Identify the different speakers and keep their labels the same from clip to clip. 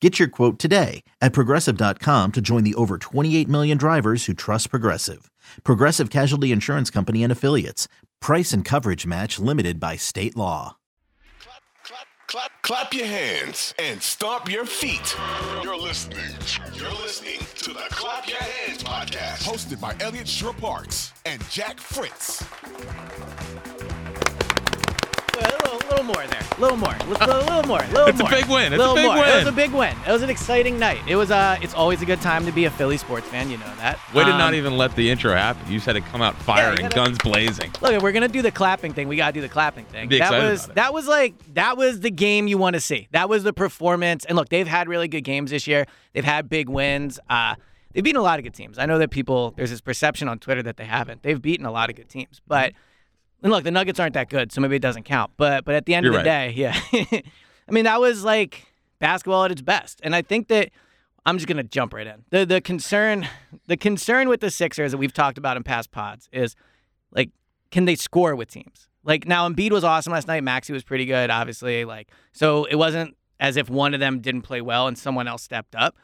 Speaker 1: Get your quote today at progressive.com to join the over 28 million drivers who trust Progressive. Progressive Casualty Insurance Company and Affiliates. Price and coverage match limited by state law.
Speaker 2: Clap, clap, clap, clap your hands and stomp your feet. You're listening. You're listening to the Clap Your Hands podcast, hosted by Elliot Shore Parks and Jack Fritz.
Speaker 3: A little, little more there. A little more. A little, little more. Little
Speaker 4: It's a
Speaker 3: more.
Speaker 4: big win. It's a
Speaker 3: little
Speaker 4: big
Speaker 3: more. It was
Speaker 4: win.
Speaker 3: a big win. It was an exciting night. It was. Uh, it's always a good time to be a Philly sports fan. You know that.
Speaker 4: Way to
Speaker 3: Um,
Speaker 4: not even let the intro happen. You just had to come out
Speaker 3: you
Speaker 4: firing,
Speaker 3: gotta-
Speaker 4: guns blazing.
Speaker 3: Look, we're gonna do the clapping thing. We gotta do the clapping thing.
Speaker 4: Be
Speaker 3: that
Speaker 4: excited
Speaker 3: was
Speaker 4: about it.
Speaker 3: that was like that was the game you want to see. That was the performance. And look, they've had really good games this year. They've had big wins. Uh, they've beaten a lot of good teams. I know that people there's this perception on Twitter that they haven't. They've beaten a lot of good teams, but and look, the Nuggets aren't that good, so maybe it doesn't count. But but at the end
Speaker 4: You're
Speaker 3: of the day, yeah, I mean that was like basketball at its best. And I think that I'm just gonna jump right in. the The concern, the concern with the Sixers that we've talked about in past pods is like, can they score with teams? Like now, Embiid was awesome last night. Maxi was pretty good, obviously. Like so, it wasn't as if one of them didn't play well and someone else stepped up.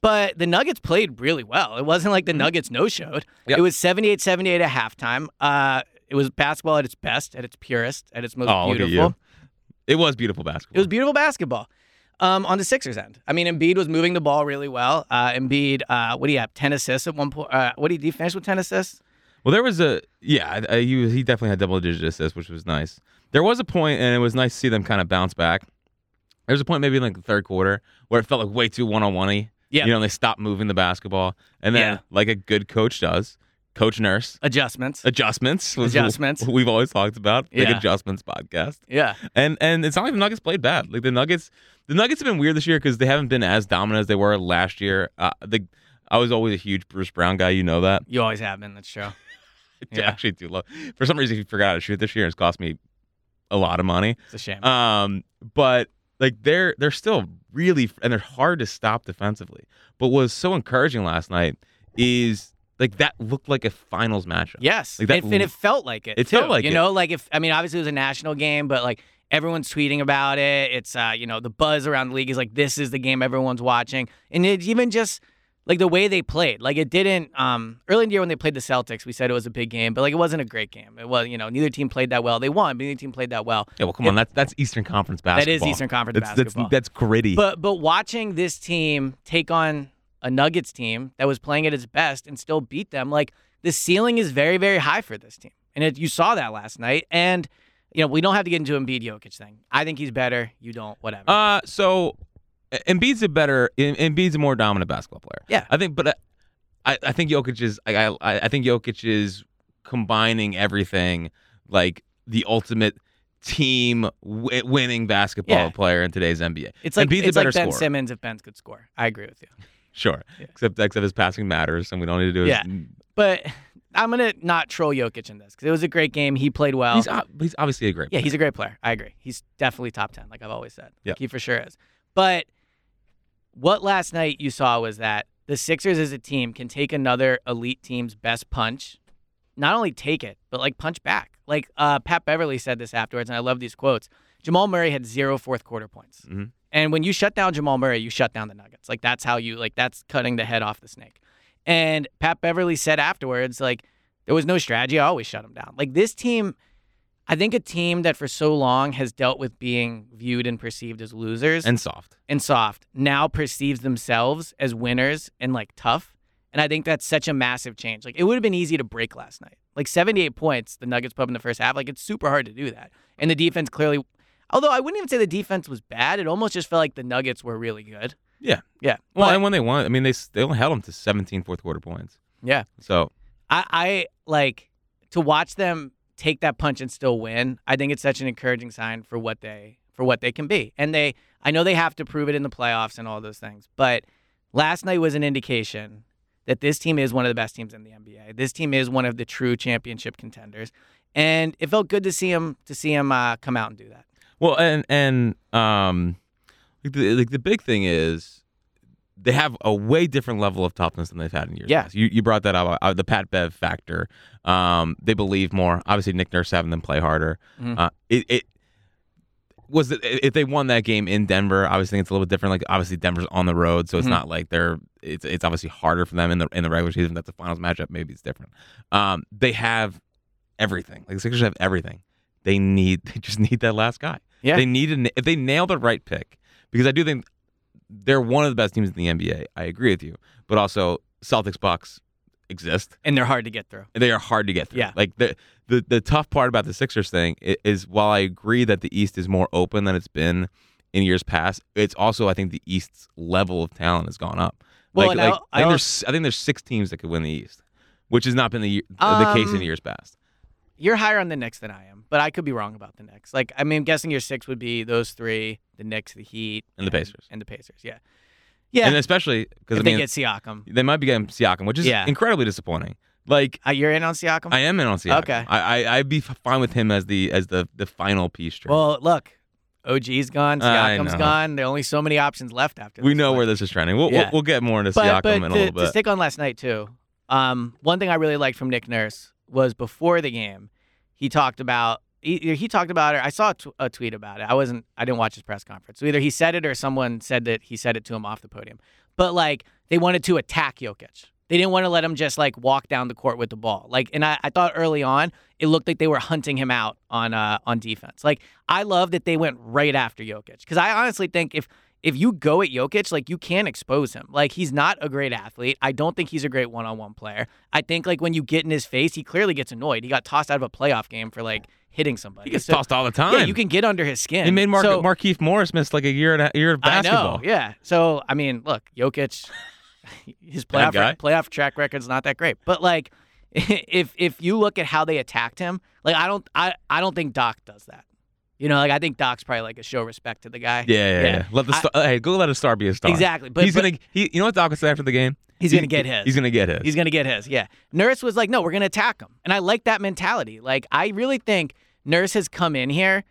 Speaker 3: But the Nuggets played really well. It wasn't like the Nuggets no showed.
Speaker 4: Yep.
Speaker 3: It was 78 78 at halftime. Uh, it was basketball at its best, at its purest, at its most
Speaker 4: Oh, look at
Speaker 3: beautiful.
Speaker 4: you. It was beautiful basketball.
Speaker 3: It was beautiful basketball. Um, on the Sixers end, I mean, Embiid was moving the ball really well. Uh, Embiid, uh, what do you have? Ten assists at one point. Uh, what did he finish with? Ten assists.
Speaker 4: well, there was a yeah. I, I, he was, he definitely had double digit assists, which was nice. There was a point, and it was nice to see them kind of bounce back. There was a point maybe in like the third quarter where it felt like way too one on one
Speaker 3: Yeah.
Speaker 4: you know, and they stopped moving the basketball, and then
Speaker 3: Yeah.
Speaker 4: like a good coach does, Coach Nurse
Speaker 3: Adjustments.
Speaker 4: adjustments, was
Speaker 3: Adjustments.
Speaker 4: what we've always talked about, big
Speaker 3: Yeah.
Speaker 4: adjustments podcast.
Speaker 3: yeah.
Speaker 4: And and it's not like the Nuggets played bad. Like the Nuggets, the Nuggets have been weird this year because they haven't been as dominant as they were last year. Uh, the I was always a huge Bruce Brown guy. You know that.
Speaker 3: You always have been. That's true.
Speaker 4: I
Speaker 3: Yeah.
Speaker 4: actually do love. For some reason, he forgot how to shoot this year. and It's cost me a lot of money.
Speaker 3: It's a shame.
Speaker 4: Um, but like they're they're still really and they're hard to stop defensively. But what was so encouraging last night is like that looked like a finals matchup.
Speaker 3: Yes,
Speaker 4: Like that-
Speaker 3: and, and it felt like it.
Speaker 4: It felt
Speaker 3: too.
Speaker 4: like
Speaker 3: you
Speaker 4: it.
Speaker 3: know, like if I mean, obviously it was a national game, but like everyone's tweeting about it. It's uh, you know, the buzz around the league is like this is the game everyone's watching, and it even just like the way they played. Like it didn't um early in the year when they played the Celtics, we said it was a big game, but like it wasn't a great game. It was you know neither team played that well. They won, but neither team played that well.
Speaker 4: Yeah. Well, come on. That's that's Eastern Conference
Speaker 3: That
Speaker 4: basketball.
Speaker 3: is Eastern Conference
Speaker 4: That's that's,
Speaker 3: basketball.
Speaker 4: that's gritty.
Speaker 3: But but watching this team take on a Nuggets team that was playing at its best and still beat them, like the ceiling is very very high for this team, and it, you saw that last night. And you know we don't have to get into Embiid Jokic thing. I think he's better. You don't. Whatever.
Speaker 4: Uh, so E- Embiid's a better, Em- Embiid's a more dominant basketball player.
Speaker 3: Yeah.
Speaker 4: I think, but I, I, I think Jokic is, I, I, I think Jokic is combining everything, like the ultimate team w- winning basketball
Speaker 3: Yeah.
Speaker 4: player in today's NBA.
Speaker 3: it's like
Speaker 4: Embiid's
Speaker 3: it's
Speaker 4: a better
Speaker 3: like Ben
Speaker 4: scorer.
Speaker 3: Simmons if Ben could score. I agree with you.
Speaker 4: Sure,
Speaker 3: Yeah.
Speaker 4: except except his passing matters, and we don't need to do. His,
Speaker 3: Yeah. But I'm gonna not troll Jokic in this because it was a great game. He played well.
Speaker 4: he's ob- he's obviously a great.
Speaker 3: Yeah, he's a great player. I agree. He's definitely top 10, like I've always said.
Speaker 4: Yeah.
Speaker 3: He for sure is. But what last night you saw was that the Sixers as a team can take another elite team's best punch, not only take it, but like punch back. Like uh, Pat Beverly said this afterwards, and I love these quotes. Jamal Murray had zero fourth quarter points.
Speaker 4: Mhm.
Speaker 3: And when you shut down Jamal Murray, you shut down the Nuggets. Like that's how you like that's cutting the head off the snake. And Pat Beverly said afterwards, like, there was no strategy. I always shut him down. Like this team, I think a team that for so long has dealt with being viewed and perceived as losers
Speaker 4: player. and soft.
Speaker 3: and soft now perceives themselves as winners and like tough. And I think that's such a massive change. Like it would have been easy to break last night. Like 78 points, the Nuggets put up in the first half. Like it's super hard to do that. And the defense clearly, although I wouldn't even say the defense was bad. It almost just felt like the Nuggets were really good.
Speaker 4: Yeah.
Speaker 3: Yeah.
Speaker 4: Well,
Speaker 3: But-
Speaker 4: and when they won, I mean, they s- they only held him to 17 fourth quarter points.
Speaker 3: yeah.
Speaker 4: So
Speaker 3: I, I like to watch them take that punch and still win. I think it's such an encouraging sign for what they for what they can be. And they I know they have to prove it in the playoffs and all those things, but last night was an indication that this team is one of the best teams in the NBA. This team is one of the true championship contenders. and it felt good to see him to see him uh, come out and do that.
Speaker 4: Well, and and um, like the, like the big thing is they have a way different level of toughness than they've had in years.
Speaker 3: Yeah.
Speaker 4: past. you you brought that up. Uh, the Pat Bev factor. Um, they believe more. Obviously, Nick Nurse having them play harder.
Speaker 3: Mhm.
Speaker 4: Uh, it it was it, if they won that game in Denver. Obviously, it's a little bit different. Like obviously, Denver's on the road, so it's
Speaker 3: Mhm.
Speaker 4: not like they're. It's it's obviously harder for them in the in the regular season. That's the finals matchup. Maybe it's different. Um, they have everything. Like the Sixers have everything. They need. They just need that last guy.
Speaker 3: Yeah.
Speaker 4: They need an, if they nail the right pick because I do think they're one of the best teams in the NBA. I agree with you, but also Celtics Bucks exist.
Speaker 3: And they're hard to get through.
Speaker 4: They are hard to get through.
Speaker 3: Yeah.
Speaker 4: Like the the the tough part about the Sixers thing i- is while I agree that the East is more open than it's been in years past, it's also I think the East's level of talent has gone up.
Speaker 3: Well,
Speaker 4: like,
Speaker 3: and
Speaker 4: like,
Speaker 3: I'll-
Speaker 4: I, think
Speaker 3: I'll-
Speaker 4: there's I think there's six teams that could win the East, which has not been the year- the case in
Speaker 3: Um,
Speaker 4: years past.
Speaker 3: You're higher on the Knicks than I am, but I could be wrong about the Knicks. Like, I mean, I'm guessing your six would be those three: the Knicks, the Heat,
Speaker 4: And the Pacers.
Speaker 3: and the Pacers. Yeah, yeah.
Speaker 4: And especially because
Speaker 3: if
Speaker 4: I
Speaker 3: they
Speaker 4: mean
Speaker 3: get Siakam,
Speaker 4: they might be getting Siakam, which is
Speaker 3: Yeah.
Speaker 4: incredibly disappointing. Like
Speaker 3: uh, you're in on Siakam.
Speaker 4: I am in on Siakam.
Speaker 3: Okay.
Speaker 4: I, I I'd be f- fine with him as the as the the final piece. string.
Speaker 3: well, look, OG's gone,
Speaker 4: I
Speaker 3: Siakam's
Speaker 4: know.
Speaker 3: gone. There are only so many options left after.
Speaker 4: we
Speaker 3: this,
Speaker 4: know
Speaker 3: but-
Speaker 4: where this is trending. We'll we'll,
Speaker 3: Yeah.
Speaker 4: we'll get more into
Speaker 3: but,
Speaker 4: Siakam
Speaker 3: but
Speaker 4: in a
Speaker 3: to,
Speaker 4: little
Speaker 3: to
Speaker 4: bit.
Speaker 3: stick on last night too, um, one thing I really liked from Nick Nurse was before the game, he talked about he, he talked about it. I saw a, tw- a tweet about it. I wasn't I didn't watch his press conference. So either he said it or someone said that he said it to him off the podium. But like they wanted to attack Jokic. They didn't want to let him just like walk down the court with the ball. Like, and I, I thought early on it looked like they were hunting him out on uh, on defense. Like, I love that they went right after Jokic because I honestly think if if you go at Jokic, like you can't expose him. Like he's not a great athlete. I don't think he's a great one-on-one player. I think like when you get in his face, he clearly gets annoyed. He got tossed out of a playoff game for like hitting somebody.
Speaker 4: he gets
Speaker 3: So-
Speaker 4: tossed all the time.
Speaker 3: Yeah, you can get under his skin.
Speaker 4: He made Mar-
Speaker 3: So-
Speaker 4: Markeith Morris miss like a year and a year of basketball.
Speaker 3: I know. Yeah. So I mean, look, Jokic, his
Speaker 4: Bad
Speaker 3: playoff
Speaker 4: guy.
Speaker 3: playoff track record's not that great, but like, if if you look at how they attacked him, like I don't I I don't think Doc does that. You know, like I think Doc's probably like a show respect to the guy.
Speaker 4: Yeah, yeah, yeah.
Speaker 3: Yeah.
Speaker 4: Let the
Speaker 3: I-
Speaker 4: star, hey, go let a star be a star.
Speaker 3: Exactly, but-
Speaker 4: he's
Speaker 3: but-
Speaker 4: gonna he, you know what Doc would say after the game?
Speaker 3: He's gonna get his.
Speaker 4: He's gonna get his.
Speaker 3: He's gonna get his. Yeah. Nurse was like, no, we're gonna attack him, and I like that mentality. Like I really think Nurse has come in here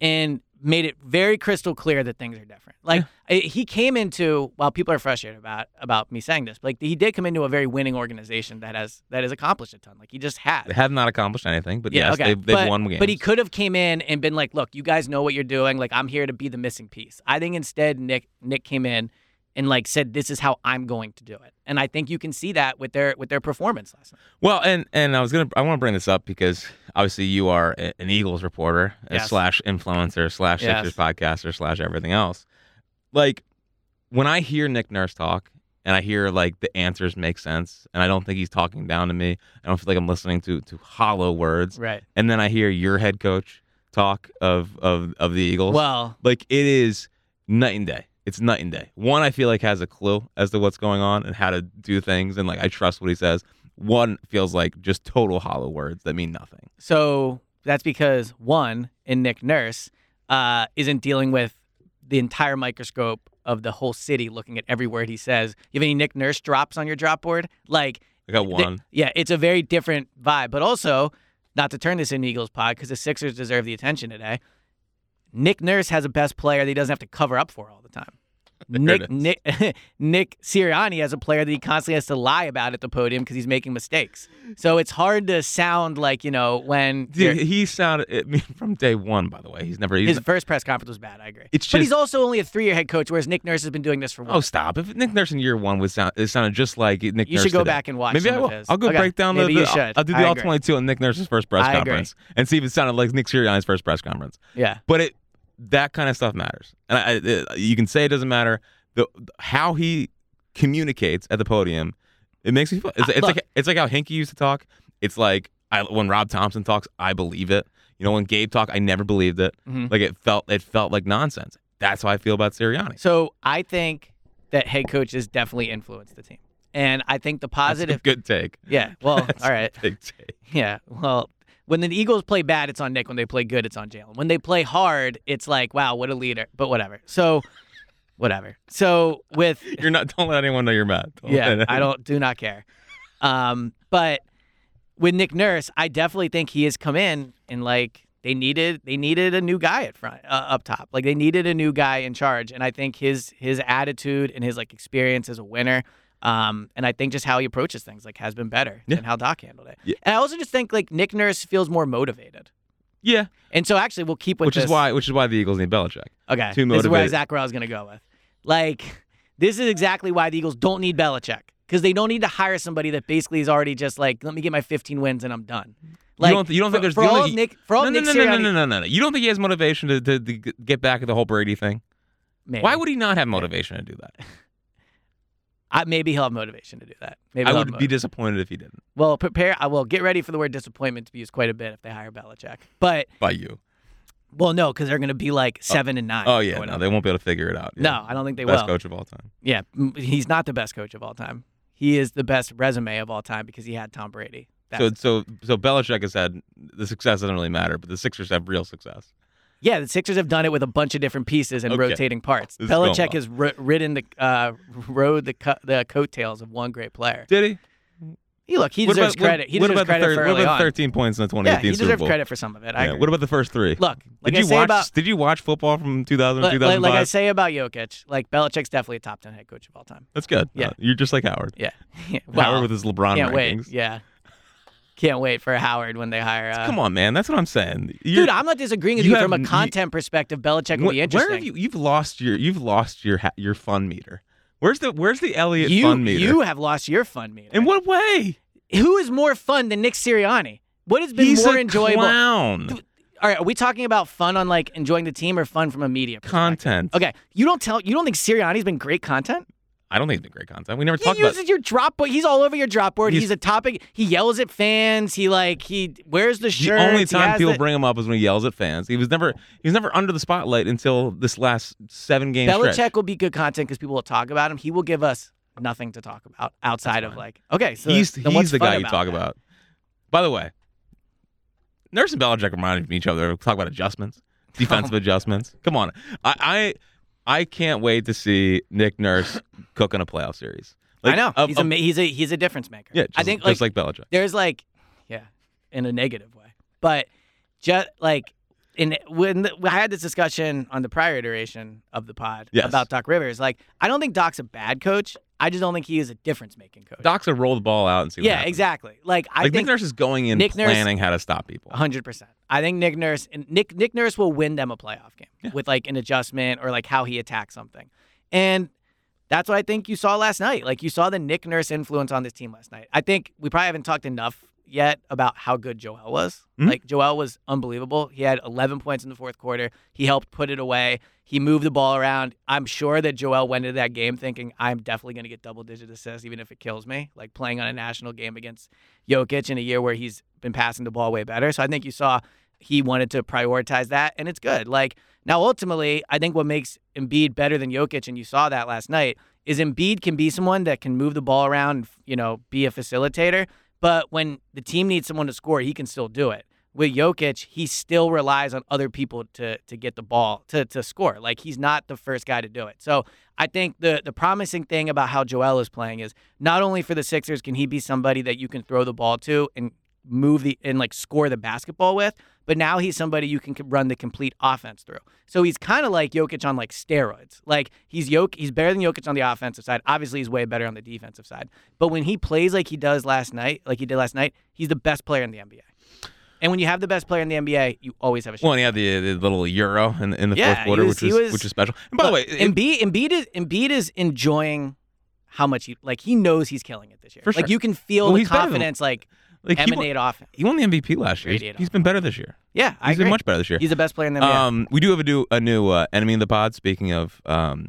Speaker 3: and made it very crystal clear that things are different. Like I- he came into while people are frustrated about about me saying this, but, like he did come into a very winning organization that has that has accomplished a ton. Like he just has.
Speaker 4: they have not accomplished anything, but yes, they've, they've
Speaker 3: but,
Speaker 4: won games.
Speaker 3: But he could have came in and been like, "Look, you guys know what you're doing. Like, I'm here to be the missing piece." I think instead, Nick Nick came in and like said, "This is how I'm going to do it," and I think you can see that with their with their performance last night.
Speaker 4: Well, and and I was gonna I want to bring this up because obviously you are a- an Eagles reporter uh,
Speaker 3: Yes.
Speaker 4: slash influencer slash
Speaker 3: Yes.
Speaker 4: Sixers podcaster slash everything else. Like when I hear Nick Nurse talk and I hear like the answers make sense and I don't think he's talking down to me. I don't feel like I'm listening to to hollow words.
Speaker 3: Right.
Speaker 4: And then I hear your head coach talk of of of the Eagles.
Speaker 3: Well,
Speaker 4: Like it is night and day. It's night and day. One I feel like has a clue as to what's going on and how to do things and like I trust what he says. One feels like just total hollow words that mean nothing.
Speaker 3: so that's because one in Nick Nurse uh, isn't dealing with the entire microscope of the whole city looking at every word he says. You have any Nick Nurse drops on your drop board? Like
Speaker 4: I got
Speaker 3: They-
Speaker 4: one.
Speaker 3: yeah, it's a very different vibe. But also, not to turn this into Eagles pod because the Sixers deserve the attention today. Nick Nurse has a best player that he doesn't have to cover up for all the time.
Speaker 4: it
Speaker 3: Nick
Speaker 4: is.
Speaker 3: Nick Nick Sirianni has a player that he constantly has to lie about at the podium because he's making mistakes. So it's hard to sound like you know when
Speaker 4: Dude,
Speaker 3: you're-
Speaker 4: he sounded I mean, from day one, by the way. He's never he's
Speaker 3: his first press conference was bad. I agree.
Speaker 4: It's
Speaker 3: but he's
Speaker 4: just-
Speaker 3: also only a three-year head coach, whereas Nick Nurse has been doing this for one.
Speaker 4: Oh stop! If Nick Nurse in year one would sound, it sounded just like Nick.
Speaker 3: You
Speaker 4: Nurse
Speaker 3: should go
Speaker 4: today.
Speaker 3: back and watch
Speaker 4: Maybe
Speaker 3: some
Speaker 4: I
Speaker 3: of
Speaker 4: will.
Speaker 3: his.
Speaker 4: I'll go
Speaker 3: Okay.
Speaker 4: break down the.
Speaker 3: Maybe you
Speaker 4: the-
Speaker 3: should.
Speaker 4: I'll do
Speaker 3: I
Speaker 4: the all
Speaker 3: agree.
Speaker 4: twenty two on Nick Nurse's first press
Speaker 3: I agree.
Speaker 4: conference and see if it sounded like Nick Sirianni's first press conference.
Speaker 3: yeah,
Speaker 4: But it that kind of stuff matters, and I, I- you can say it doesn't matter. The how he communicates at the podium, it makes me feel. It's,
Speaker 3: Uh,
Speaker 4: it's
Speaker 3: look.
Speaker 4: like it's like how Hinkie used to talk. It's like I, when Rob Thompson talks, I believe it. You know, when Gabe talked, I never believed it.
Speaker 3: Mhm.
Speaker 4: Like it felt it felt like nonsense. That's how I feel about Sirianni.
Speaker 3: So I think that head coaches definitely influence the team, and I think the
Speaker 4: That's a
Speaker 3: positive.
Speaker 4: good take.
Speaker 3: Yeah. Well,
Speaker 4: That's
Speaker 3: all
Speaker 4: a
Speaker 3: right.
Speaker 4: big take.
Speaker 3: Yeah. Well, when the Eagles play bad, it's on Nick. When they play good, it's on Jalen. When they play hard, it's like, wow, what a leader. But whatever. So, whatever. So with
Speaker 4: You're not. Don't let anyone know you're mad.
Speaker 3: yeah,
Speaker 4: let
Speaker 3: I don't do not care. Um, but with Nick Nurse, I definitely think he has come in and like they needed they needed a new guy at front uh, up top. Like they needed a new guy in charge, and I think his his attitude and his like experience as a winner, um, and I think just how he approaches things like has been better
Speaker 4: Yeah.
Speaker 3: than how Doc handled it.
Speaker 4: Yeah.
Speaker 3: And I also just think like Nick Nurse feels more motivated,
Speaker 4: Yeah,
Speaker 3: and so actually we'll keep with
Speaker 4: which is
Speaker 3: this-
Speaker 4: why which is why the Eagles need Belichick.
Speaker 3: Okay, this is where
Speaker 4: too motivated.
Speaker 3: exactly where I was gonna go with. Like this is exactly why the Eagles don't need Belichick because they don't need to hire somebody that basically is already just like let me get my 15 wins and I'm done. Like
Speaker 4: you don't, you don't
Speaker 3: for,
Speaker 4: think there's
Speaker 3: for
Speaker 4: you don't
Speaker 3: all
Speaker 4: think
Speaker 3: of
Speaker 4: he-
Speaker 3: Nick for all
Speaker 4: no,
Speaker 3: of
Speaker 4: no,
Speaker 3: Nick
Speaker 4: no, no, no,
Speaker 3: Sirianni-
Speaker 4: no, no, no. You don't think he has motivation to, to, to get back at the whole Brady thing?
Speaker 3: Maybe.
Speaker 4: Why would he not have motivation to do that?
Speaker 3: I, maybe he'll have motivation to do that? Maybe
Speaker 4: I
Speaker 3: he'll
Speaker 4: would
Speaker 3: have
Speaker 4: be
Speaker 3: motiv-
Speaker 4: disappointed if he didn't.
Speaker 3: well prepare. I will get ready for the word disappointment to be used quite a bit if they hire Belichick. But
Speaker 4: By you?
Speaker 3: well, no, because they're gonna be like seven and nine.
Speaker 4: Oh
Speaker 3: or
Speaker 4: yeah, no,
Speaker 3: whatever.
Speaker 4: they won't be able to figure it out. Yeah.
Speaker 3: No, I don't think they
Speaker 4: best
Speaker 3: will.
Speaker 4: coach of all time.
Speaker 3: Yeah, m- he's not the best coach of all time. He is the best resume of all time because he had Tom Brady. That's
Speaker 4: So so so Belichick has had the success doesn't really matter, but the Sixers have real success.
Speaker 3: Yeah, the Sixers have done it with a bunch of different pieces and
Speaker 4: Okay.
Speaker 3: rotating parts.
Speaker 4: This is going
Speaker 3: Belichick
Speaker 4: well.
Speaker 3: has ri- ridden the uh, rode the co- the coattails of one great player.
Speaker 4: Did he?
Speaker 3: He look, he
Speaker 4: What
Speaker 3: deserves
Speaker 4: about- what-
Speaker 3: credit. He
Speaker 4: what
Speaker 3: deserves
Speaker 4: about the
Speaker 3: credit
Speaker 4: third-
Speaker 3: for
Speaker 4: what
Speaker 3: early
Speaker 4: about
Speaker 3: on.
Speaker 4: the 13 points in the
Speaker 3: yeah,
Speaker 4: 2018
Speaker 3: he
Speaker 4: Super
Speaker 3: deserves
Speaker 4: Bowl?
Speaker 3: credit for some of it. I
Speaker 4: Yeah,
Speaker 3: agree.
Speaker 4: What about the first three?
Speaker 3: look, like
Speaker 4: did
Speaker 3: I
Speaker 4: you
Speaker 3: say
Speaker 4: watch?
Speaker 3: about
Speaker 4: did you watch football from 2000
Speaker 3: like, like-
Speaker 4: 2005?
Speaker 3: like I say about Jokic, like Belichick's definitely a top ten head coach of all time.
Speaker 4: That's good.
Speaker 3: Yeah.
Speaker 4: Uh, you're just like Howard.
Speaker 3: Yeah, yeah.
Speaker 4: Howard
Speaker 3: Well,
Speaker 4: with his LeBron
Speaker 3: can't
Speaker 4: rankings.
Speaker 3: wait. Yeah, can't wait for Howard when they hire. Uh,
Speaker 4: Come on, man. That's what I'm saying. You're-
Speaker 3: dude, I'm not disagreeing with
Speaker 4: you
Speaker 3: you,
Speaker 4: have-
Speaker 3: from a
Speaker 4: you-
Speaker 3: content perspective. Belichick
Speaker 4: wh-
Speaker 3: will be interesting.
Speaker 4: Where have you? You've lost your. You've lost your ha- your fun meter. Where's the Where's the Elliott
Speaker 3: you,
Speaker 4: fun meter?
Speaker 3: you have lost your fun meter.
Speaker 4: In what way?
Speaker 3: who is more fun than Nick Sirianni? What has been
Speaker 4: He's
Speaker 3: more
Speaker 4: a
Speaker 3: enjoyable?
Speaker 4: clown.
Speaker 3: All right, are we talking about fun on like enjoying the team or fun from a media perspective?
Speaker 4: Content.
Speaker 3: Okay, you don't tell. You don't think Sirianni's been great content?
Speaker 4: I don't think it's been great content. We never
Speaker 3: He
Speaker 4: talked about.
Speaker 3: uses your drop board. He's all over your drop board. He's,
Speaker 4: He's-
Speaker 3: a topic. He yells at fans. He like he wears the
Speaker 4: The
Speaker 3: shirt.
Speaker 4: only time people bring him up is when he yells at fans. He was never he was never under the spotlight until this last seven game
Speaker 3: Belichick
Speaker 4: stretch.
Speaker 3: will be good content because people will talk about him. He will give us nothing to talk about outside of like okay. So
Speaker 4: he's
Speaker 3: then
Speaker 4: he's
Speaker 3: what's
Speaker 4: the
Speaker 3: fun
Speaker 4: guy you talk
Speaker 3: that?
Speaker 4: about. By the way, Nurse and Belichick reminded each other. Talk about adjustments, defensive adjustments. Come on, I, I I can't wait to see Nick Nurse cook in a playoff series.
Speaker 3: I know
Speaker 4: of-
Speaker 3: he's
Speaker 4: of-
Speaker 3: a ma- he's a he's a difference maker.
Speaker 4: yeah, just,
Speaker 3: I think
Speaker 4: just like, Belichick.
Speaker 3: there's like yeah in a negative way but just like in when the, i had this discussion on the prior iteration of the pod
Speaker 4: Yes.
Speaker 3: about doc rivers like i don't think doc's a bad coach i just don't think he is a difference making coach
Speaker 4: Doc's will roll the ball out and see. What
Speaker 3: yeah
Speaker 4: happens.
Speaker 3: exactly like i
Speaker 4: Like
Speaker 3: think
Speaker 4: Nick Nurse is going in
Speaker 3: Nick Nurse-
Speaker 4: planning how to stop people.
Speaker 3: 100% i think nick nurse and nick nick nurse will win them a playoff game with like an adjustment or like how he attacks something and that's what I think you saw last night. Like you saw the Nick Nurse influence on this team last night. I think we probably haven't talked enough yet about how good Joel was.
Speaker 4: Mhm.
Speaker 3: Like Joel was unbelievable. He had 11 points in the fourth quarter. He helped put it away. He moved the ball around. I'm sure that Joel went into that game thinking I'm definitely going to get double digit assists even if it kills me. Like playing on a national game against Jokic in a year where he's been passing the ball way better. So I think you saw he wanted to prioritize that and it's good. Like now ultimately, I think what makes Embiid better than Jokic and you saw that last night is Embiid can be someone that can move the ball around, and, you know, be a facilitator. But when the team needs someone to score, he can still do it. With Jokic, he still relies on other people to to get the ball to to score. Like he's not the first guy to do it. So I think the the promising thing about how Joel is playing is not only for the Sixers can he be somebody that you can throw the ball to and move the and like score the basketball with, but now he's somebody you can c- run the complete offense through. So he's kind of like Jokic on like steroids. Like he's Jok- he's better than Jokic on the offensive side. Obviously, he's way better on the defensive side. But when he plays like he does last night, like he did last night, he's the best player in the NBA. And when you have the best player in the NBA, you always have a shot.
Speaker 4: Well, and he had the, the little euro in, in the
Speaker 3: Yeah,
Speaker 4: fourth
Speaker 3: he
Speaker 4: quarter,
Speaker 3: was-
Speaker 4: which
Speaker 3: he
Speaker 4: was,
Speaker 3: was-
Speaker 4: which is special. And by the way,
Speaker 3: Look,
Speaker 4: it-
Speaker 3: Embiid, Embiid is Embiid is enjoying how much he like he knows he's killing it this year.
Speaker 4: For
Speaker 3: Like
Speaker 4: sure.
Speaker 3: you can feel
Speaker 4: Well,
Speaker 3: the
Speaker 4: he's better than-
Speaker 3: confidence like,
Speaker 4: like he, won,
Speaker 3: emanate off him.
Speaker 4: he won the MVP last year. He's-
Speaker 3: Radiate
Speaker 4: he's
Speaker 3: off
Speaker 4: been better this year.
Speaker 3: Yeah, I
Speaker 4: He's been
Speaker 3: agree.
Speaker 4: much better this year.
Speaker 3: He's the best player in the NBA.
Speaker 4: Um, we do have a new a new uh, enemy in the pod. Speaking of, um,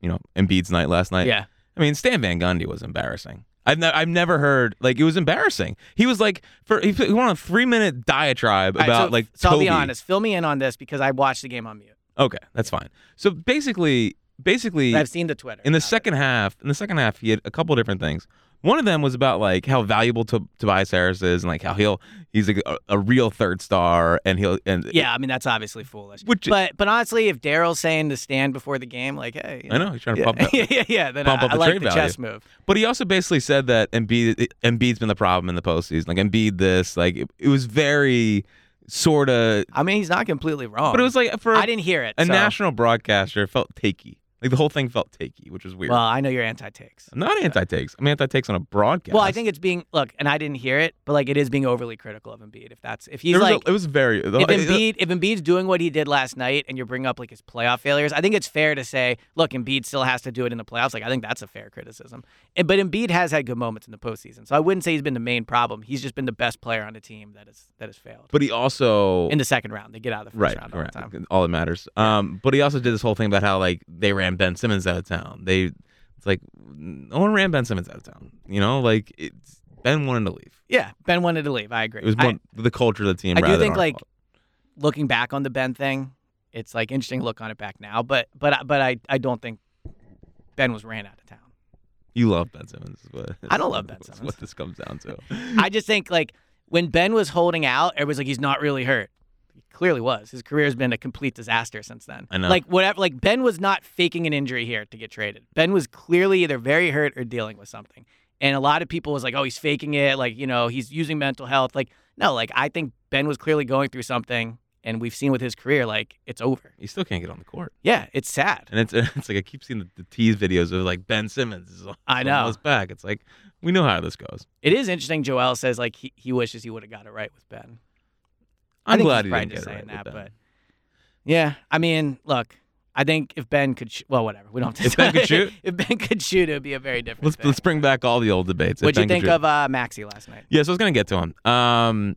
Speaker 4: you know, Embiid's night last night.
Speaker 3: yeah.
Speaker 4: I mean, Stan Van Gundy was embarrassing. I've ne- I've never heard like it was embarrassing. He was like for he put- he went on a three minute diatribe
Speaker 3: All right,
Speaker 4: about
Speaker 3: so,
Speaker 4: like
Speaker 3: so I'll be
Speaker 4: Kobe.
Speaker 3: honest. Fill me in on this because I watched the game on mute.
Speaker 4: Okay, that's fine. So basically, basically,
Speaker 3: I've seen the Twitter.
Speaker 4: in the
Speaker 3: about it.
Speaker 4: second half, in the second half, he had a couple different things. One of them was about like how valuable to Tobias Harris is, and like how he'll he's like, a, a real third star, and he'll and
Speaker 3: Yeah, I mean that's obviously foolish.
Speaker 4: Which-
Speaker 3: but but honestly, if Daryl's saying to stand before the game, like, hey, you
Speaker 4: I know he's trying to
Speaker 3: yeah,
Speaker 4: pump that.
Speaker 3: yeah, yeah, yeah, then
Speaker 4: Pump
Speaker 3: I,
Speaker 4: up
Speaker 3: I
Speaker 4: the
Speaker 3: like
Speaker 4: trade
Speaker 3: the
Speaker 4: value.
Speaker 3: chess move.
Speaker 4: But he also basically said that Embiid Embiid's been the problem in the postseason. Like Embiid, this like it, it was very sort of,
Speaker 3: I mean, he's not completely wrong.
Speaker 4: but it was like for
Speaker 3: I
Speaker 4: a
Speaker 3: didn't hear it. so-
Speaker 4: national broadcaster, it felt takey. Like the whole thing felt takey, which was weird.
Speaker 3: Well, I know you're anti takes.
Speaker 4: I'm not anti takes. I'm anti takes on a broadcast.
Speaker 3: Well, I think it's being look, and I didn't hear it, but like it is being overly critical of Embiid. If that's if he's
Speaker 4: There was a-
Speaker 3: like
Speaker 4: it uh, was very.
Speaker 3: if Embiid if Embiid's doing what he did last night, and you're bringing up like his playoff failures, I think it's fair to say, look, Embiid still has to do it in the playoffs. Like I think that's a fair criticism. And- But Embiid has had good moments in the postseason, so I wouldn't say he's been the main problem. He's just been the best player on the team that has that has failed.
Speaker 4: but he also
Speaker 3: in the second round, they get out of the first
Speaker 4: right,
Speaker 3: round all
Speaker 4: right,
Speaker 3: the time.
Speaker 4: all that matters. Um, but he also did this whole thing about how like they ran Ben Simmons out of town. They, it's like no one ran Ben Simmons out of town. You know, like it's, Ben wanted to leave.
Speaker 3: Yeah, Ben wanted to leave. I agree.
Speaker 4: It was
Speaker 3: I-
Speaker 4: more the culture of the team.
Speaker 3: I
Speaker 4: rather
Speaker 3: do
Speaker 4: than
Speaker 3: think
Speaker 4: our
Speaker 3: like
Speaker 4: fault.
Speaker 3: looking back on the Ben thing, it's like interesting look on it back now. But but I- but I I don't think Ben was ran out of town.
Speaker 4: you love Ben Simmons. Is what,
Speaker 3: I don't love Ben
Speaker 4: is
Speaker 3: Simmons.
Speaker 4: What this comes down to.
Speaker 3: I just think like when Ben was holding out, everybody's like he's not really hurt. He clearly was. His career has been a complete disaster since then.
Speaker 4: I know.
Speaker 3: Like whatever. Like Ben was not faking an injury here to get traded. Ben was clearly either very hurt or dealing with something. And a lot of people was like, oh, he's faking it. Like you know, he's using mental health. Like no, like I think Ben was clearly going through something. And we've seen with his career, like it's over.
Speaker 4: You still can't get on the court,
Speaker 3: Yeah, it's sad.
Speaker 4: and it's it's like I keep seeing the, the tease videos of like Ben Simmons. Is on-
Speaker 3: I
Speaker 4: on
Speaker 3: know.
Speaker 4: his back. It's like we know how this goes.
Speaker 3: It is interesting. Joel says like he, he wishes he would have got it right with Ben. I
Speaker 4: I'm
Speaker 3: think he's
Speaker 4: glad he
Speaker 3: probably
Speaker 4: didn't
Speaker 3: just
Speaker 4: get it
Speaker 3: saying
Speaker 4: right
Speaker 3: that,
Speaker 4: with Ben.
Speaker 3: but yeah, I mean, look, I think if Ben could, sh- well, whatever, we don't. Have to
Speaker 4: If Ben could shoot?
Speaker 3: if Ben could shoot, it would be a very different.
Speaker 4: Let's
Speaker 3: thing.
Speaker 4: let's bring back all the old debates. If
Speaker 3: What'd you
Speaker 4: Ben
Speaker 3: think
Speaker 4: could shoot-
Speaker 3: of uh, Maxi last night?
Speaker 4: Yes, I was gonna get to him. Um,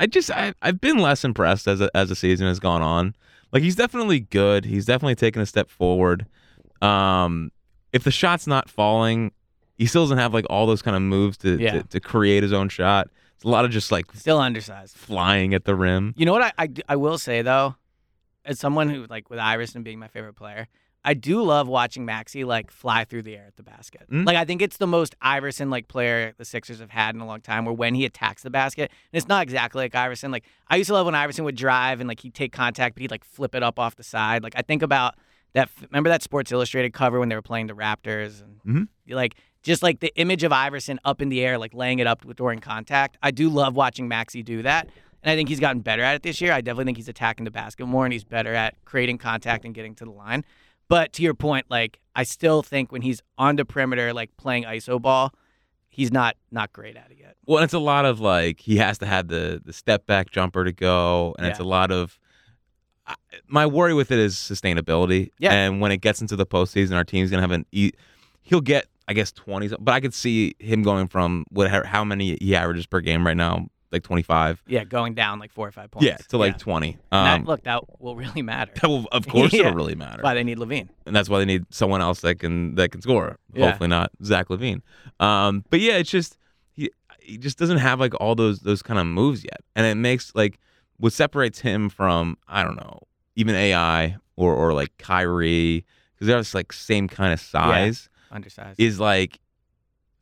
Speaker 4: I just I I've been less impressed as a, as the season has gone on. Like he's definitely good. He's definitely taken a step forward. Um, if the shot's not falling, he still doesn't have like all those kind of moves to
Speaker 3: Yeah.
Speaker 4: to, to create his own shot. It's a lot of just like
Speaker 3: Still undersized.
Speaker 4: flying at the rim.
Speaker 3: You know what I, I I will say though, as someone who like with Iverson being my favorite player, I do love watching Maxi like fly through the air at the basket.
Speaker 4: Mm.
Speaker 3: Like I think it's the most Iverson like player the Sixers have had in a long time. Where when he attacks the basket, and it's not exactly like Iverson. Like I used to love when Iverson would drive and like he'd take contact, but he'd like flip it up off the side. Like I think about that. Remember that Sports Illustrated cover when they were playing the Raptors and
Speaker 4: Mhm.
Speaker 3: like. Just like the image of Iverson up in the air, like laying it up with- during contact. I do love watching Maxi do that. And I think he's gotten better at it this year. I definitely think he's attacking the basket more and he's better at creating contact and getting to the line. But to your point, like I still think when he's on the perimeter, like playing ISO ball, he's not not great at it yet.
Speaker 4: Well, it's a lot of like he has to have the the step back jumper to go, and it's a
Speaker 3: Yeah.
Speaker 4: lot of. I- My worry with it is sustainability.
Speaker 3: Yeah.
Speaker 4: And when it gets into the postseason, our team's gonna have an. E- he'll get, I guess, twenty. But I could see him going from whatever how many he averages per game right now, like twenty five.
Speaker 3: Yeah, going down like four or five points.
Speaker 4: Yeah, to like twenty.
Speaker 3: And
Speaker 4: Um,
Speaker 3: that, look, that will really matter.
Speaker 4: that will, of course,
Speaker 3: Yeah.
Speaker 4: it'll really matter,
Speaker 3: Why they need Levine.
Speaker 4: and that's why they need someone else that can that can score.
Speaker 3: Yeah.
Speaker 4: Hopefully, not Zach Levine. Um, but yeah, it's just he he just doesn't have like all those those kind of moves yet, and it makes like what separates him from I don't know even AI or or like Kyrie because they're just like same kind of size
Speaker 3: Undersized.
Speaker 4: is like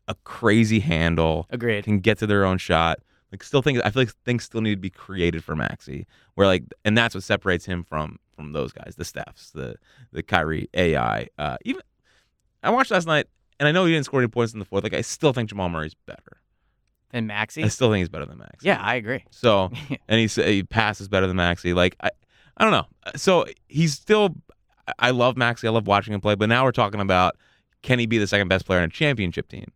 Speaker 4: a crazy handle
Speaker 3: Agreed.
Speaker 4: can get to their own shot. Like still things I feel like things still need to be created for Maxi. Where like and that's what separates him from from those guys, the Stephs, the the Kyrie AI. Uh even I watched last night and I know he didn't score any points in the fourth. Like I still think Jamal Murray's better.
Speaker 3: And
Speaker 4: I
Speaker 3: Maxi?
Speaker 4: still think he's better than Maxi.
Speaker 3: Yeah, I agree.
Speaker 4: So and he's, he passes better than Maxi. Like I, I don't know. So he's still. I- I love Maxi. I love watching him play. But now we're talking about can he be the second best player in a championship team?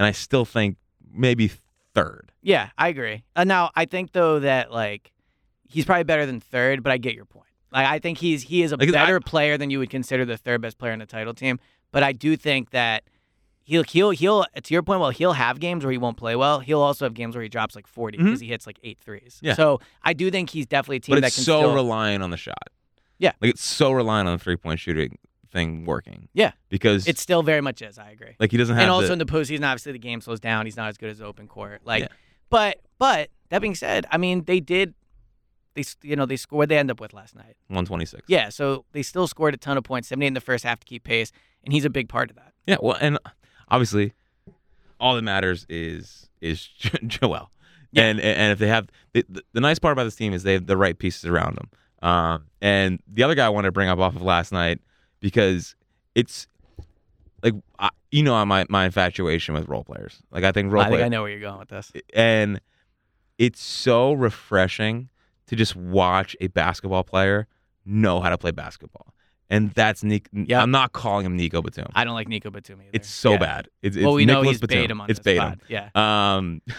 Speaker 4: And I still think maybe third.
Speaker 3: Yeah, I agree. Uh, now, I think though that like he's probably better than third, but I get your point. Like I think he's he is a
Speaker 4: Like, I-
Speaker 3: better player than you would consider the third best player on the title team. But I do think that he'll he'll he'll to your point. Well, he'll have games where he won't play well. He'll also have games where he drops like forty because he hits like eight threes.
Speaker 4: Mm-hmm. Yeah.
Speaker 3: So I do think he's definitely a team
Speaker 4: but
Speaker 3: that
Speaker 4: it's
Speaker 3: can
Speaker 4: so
Speaker 3: still.
Speaker 4: reliant on the shot.
Speaker 3: Yeah.
Speaker 4: like it's so reliant on the three point shooting thing working.
Speaker 3: Yeah.
Speaker 4: because
Speaker 3: it
Speaker 4: it's
Speaker 3: still very much is. I agree.
Speaker 4: like he doesn't have.
Speaker 3: and also
Speaker 4: the-
Speaker 3: in the postseason, obviously the game slows down. He's not as good as open court. Like,
Speaker 4: Yeah.
Speaker 3: but but that being said, I mean they did, they s- you know they scored. They end up with last night.
Speaker 4: 126.
Speaker 3: Yeah, so they still scored a ton of points, 78 in the first half to keep pace, and he's a big part of that.
Speaker 4: yeah. Well, and obviously, all that matters is is Jo- Joel.
Speaker 3: Yeah.
Speaker 4: And and if they have the, the, the nice part about this team is they have the right pieces around them. Um, and the other guy I wanted to bring up off of last night because it's like I, you know my my infatuation with role players. Like I think role
Speaker 3: I think
Speaker 4: players
Speaker 3: I know where you're going with this.
Speaker 4: and it's so refreshing to just watch a basketball player know how to play basketball. And that's Nick.
Speaker 3: Yeah.
Speaker 4: I'm not calling him Nico Batum.
Speaker 3: I don't like Nico Batum either.
Speaker 4: It's so
Speaker 3: Yeah.
Speaker 4: bad. It's, it's
Speaker 3: well, we know
Speaker 4: Nicholas
Speaker 3: he's
Speaker 4: Batum.
Speaker 3: Batum on
Speaker 4: it's
Speaker 3: this
Speaker 4: Batum.
Speaker 3: pod. Yeah.
Speaker 4: Um, I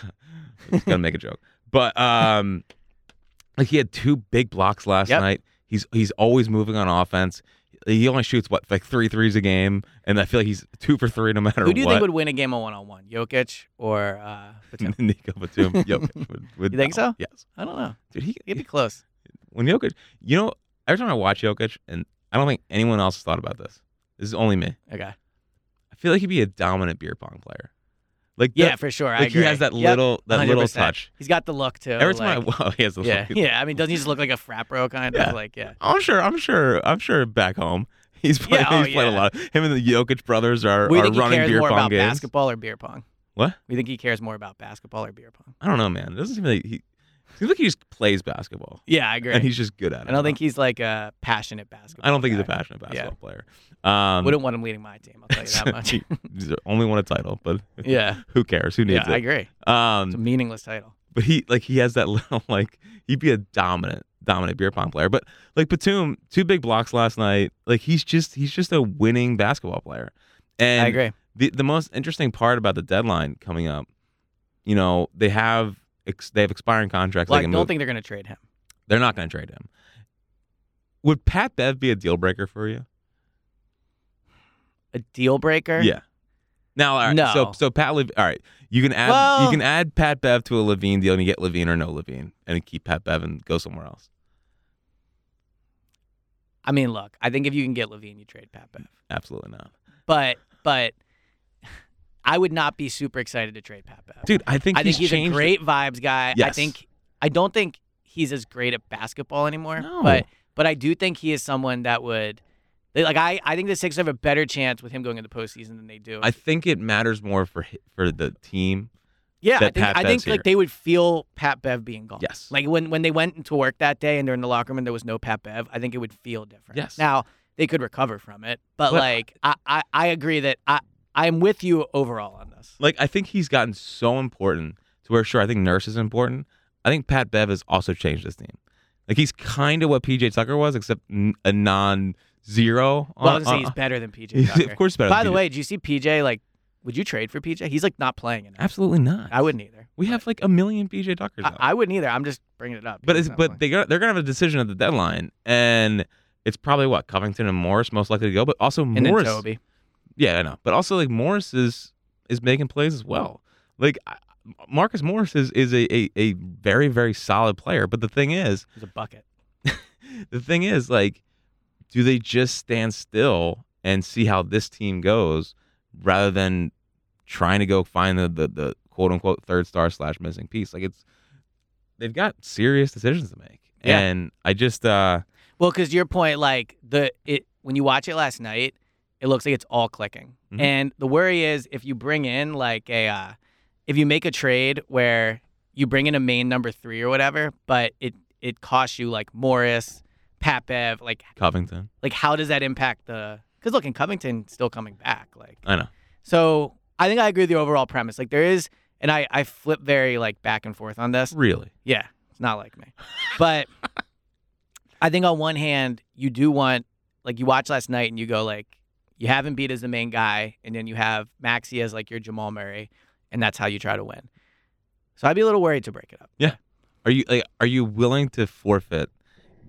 Speaker 4: was gonna make a joke, but um, like he had two big blocks last
Speaker 3: Yep.
Speaker 4: night. He's he's always moving on offense. He only shoots what like three threes a game, and I feel like he's two for three no matter
Speaker 3: Who do you
Speaker 4: what.
Speaker 3: think would win a game of one on one, Jokic or uh, Batum?
Speaker 4: Nico Batum? Jokic would, would
Speaker 3: You think so?
Speaker 4: Yes,
Speaker 3: I don't know.
Speaker 4: dude. He,
Speaker 3: It'd be close.
Speaker 4: when Jokic, you know, every time I watch Jokic, and I don't think anyone else has thought about this. This is only me.
Speaker 3: Okay.
Speaker 4: I feel like he'd be a dominant beer pong player. Like the-
Speaker 3: Yeah, for sure. I
Speaker 4: like
Speaker 3: agree.
Speaker 4: he has that
Speaker 3: Yep.
Speaker 4: little that little
Speaker 3: 100%.
Speaker 4: touch.
Speaker 3: He's got the look too.
Speaker 4: Every time
Speaker 3: like-
Speaker 4: I well, he has the
Speaker 3: yeah, yeah. I mean, doesn't he just look like a frat bro kind
Speaker 4: Yeah.
Speaker 3: of like yeah?
Speaker 4: I'm sure. I'm sure. I'm sure. Back home, he's played.
Speaker 3: Yeah, oh,
Speaker 4: he's played a
Speaker 3: yeah.
Speaker 4: lot. Him and the Jokic brothers are,
Speaker 3: we
Speaker 4: are
Speaker 3: think he
Speaker 4: running
Speaker 3: cares
Speaker 4: beer
Speaker 3: more
Speaker 4: pong
Speaker 3: about
Speaker 4: games.
Speaker 3: basketball or beer pong.
Speaker 4: What?
Speaker 3: We think he cares more about basketball or beer pong.
Speaker 4: I don't know, man. It doesn't seem like he. it Seems like he just plays basketball,
Speaker 3: Yeah, I agree.
Speaker 4: and he's just good at it.
Speaker 3: I don't think he's like a passionate basketball.
Speaker 4: I don't think he's a
Speaker 3: guy.
Speaker 4: passionate
Speaker 3: Yeah.
Speaker 4: basketball player. Um,
Speaker 3: Wouldn't want him leading my team. I'll tell you that much.
Speaker 4: he only won a title, but
Speaker 3: yeah,
Speaker 4: who cares? Who
Speaker 3: yeah,
Speaker 4: needs
Speaker 3: I
Speaker 4: it?
Speaker 3: agree. It's a
Speaker 4: Um,
Speaker 3: meaningless title.
Speaker 4: but he like he has that little like he'd be a dominant dominant beer pong player. But like Batum, two big blocks last night. Like he's just he's just a winning basketball player. And
Speaker 3: I agree.
Speaker 4: the the most interesting part about the deadline coming up, you know, they have ex- they have expiring contracts.
Speaker 3: Well,
Speaker 4: they
Speaker 3: I
Speaker 4: can
Speaker 3: don't
Speaker 4: move.
Speaker 3: think they're gonna trade him.
Speaker 4: They're not going to trade him. Would Pat Bev be a deal breaker for you?
Speaker 3: A deal breaker.
Speaker 4: Yeah. Now, all right,
Speaker 3: No.
Speaker 4: so so Pat, Lev- all right, you can add you
Speaker 3: Well-
Speaker 4: can add Pat Bev to a Levine deal, and you get Levine or no Levine, and keep Pat Bev and go somewhere else.
Speaker 3: I mean, look, I think if you can get Levine, you trade Pat Bev.
Speaker 4: Absolutely not,
Speaker 3: But but I would not be super excited to trade Pat Bev.
Speaker 4: dude. I think
Speaker 3: I think he's, a
Speaker 4: changed.
Speaker 3: great vibes guy. I
Speaker 4: Yes.
Speaker 3: think I don't think he's as great at basketball anymore.
Speaker 4: No.
Speaker 3: But but I do think he is someone that would they- like I, I think the Sixers have a better chance with him going into the postseason than they do.
Speaker 4: I think it matters more for hi- for the team.
Speaker 3: yeah, I
Speaker 4: that
Speaker 3: think
Speaker 4: Pat
Speaker 3: I
Speaker 4: Bev's
Speaker 3: think
Speaker 4: here.
Speaker 3: like they would feel Pat Bev being gone.
Speaker 4: Yes.
Speaker 3: Like when when they went into work that day and they're in the locker room and there was no Pat Bev, I think it would feel different.
Speaker 4: Yes.
Speaker 3: Now they could recover from it, but,
Speaker 4: But-
Speaker 3: like I, I, I agree that I I'm with you overall on this.
Speaker 4: Like I think he's gotten so important to where sure I think Nurse is important. I think Pat Bev has also changed this team. Like he's kind of what PJ Tucker was, except n- a non-zero.
Speaker 3: Well, I
Speaker 4: on-
Speaker 3: was gonna say
Speaker 4: on-
Speaker 3: he's better than PJ. Tucker.
Speaker 4: of course better.
Speaker 3: By
Speaker 4: than
Speaker 3: the
Speaker 4: PJ.
Speaker 3: way, do you see PJ? Like, would you trade for PJ? He's like not playing enough.
Speaker 4: absolutely not.
Speaker 3: I wouldn't either.
Speaker 4: We have like a million PJ Tuckers.
Speaker 3: I,
Speaker 4: now.
Speaker 3: I wouldn't either. I'm just bringing it up.
Speaker 4: But
Speaker 3: because
Speaker 4: it's,
Speaker 3: I'm
Speaker 4: but
Speaker 3: like-
Speaker 4: they got, they're gonna have a decision at the deadline, and it's probably what Covington and Morris most likely to go. But also
Speaker 3: and then
Speaker 4: Morris,
Speaker 3: Toby.
Speaker 4: yeah, I know. But also like Morris is is making plays as well. Like I- Marcus Morris is is a, a a very very solid player. But the thing is,
Speaker 3: He's a bucket.
Speaker 4: the thing is like, do they just stand still and see how this team goes rather than trying to go find the the, the quote unquote third star slash missing piece? Like it's they've got serious decisions to make.
Speaker 3: Yeah.
Speaker 4: And I just uh
Speaker 3: Well, because your point, like the it when you watch it last night, it looks like it's all clicking.
Speaker 4: Mhm.
Speaker 3: And the worry is if you bring in like a, uh, if you make a trade where you bring in a main number three or whatever, but it it costs you like Morris, Pat Bev, like
Speaker 4: Covington.
Speaker 3: like how does that impact the? Because look, and Covington's still coming back. Like
Speaker 4: I know.
Speaker 3: So I think I agree with the overall premise. Like there is, and I I flip very like back and forth on this.
Speaker 4: Really.
Speaker 3: Yeah, it's not like me, but I think on one hand you do want like you watch last night and you go like you have Embiid as the main guy, and then you have Maxi as like your Jamal Murray, and that's how you try to win. So I'd be a little worried to break it up.
Speaker 4: Are you like, are you willing to forfeit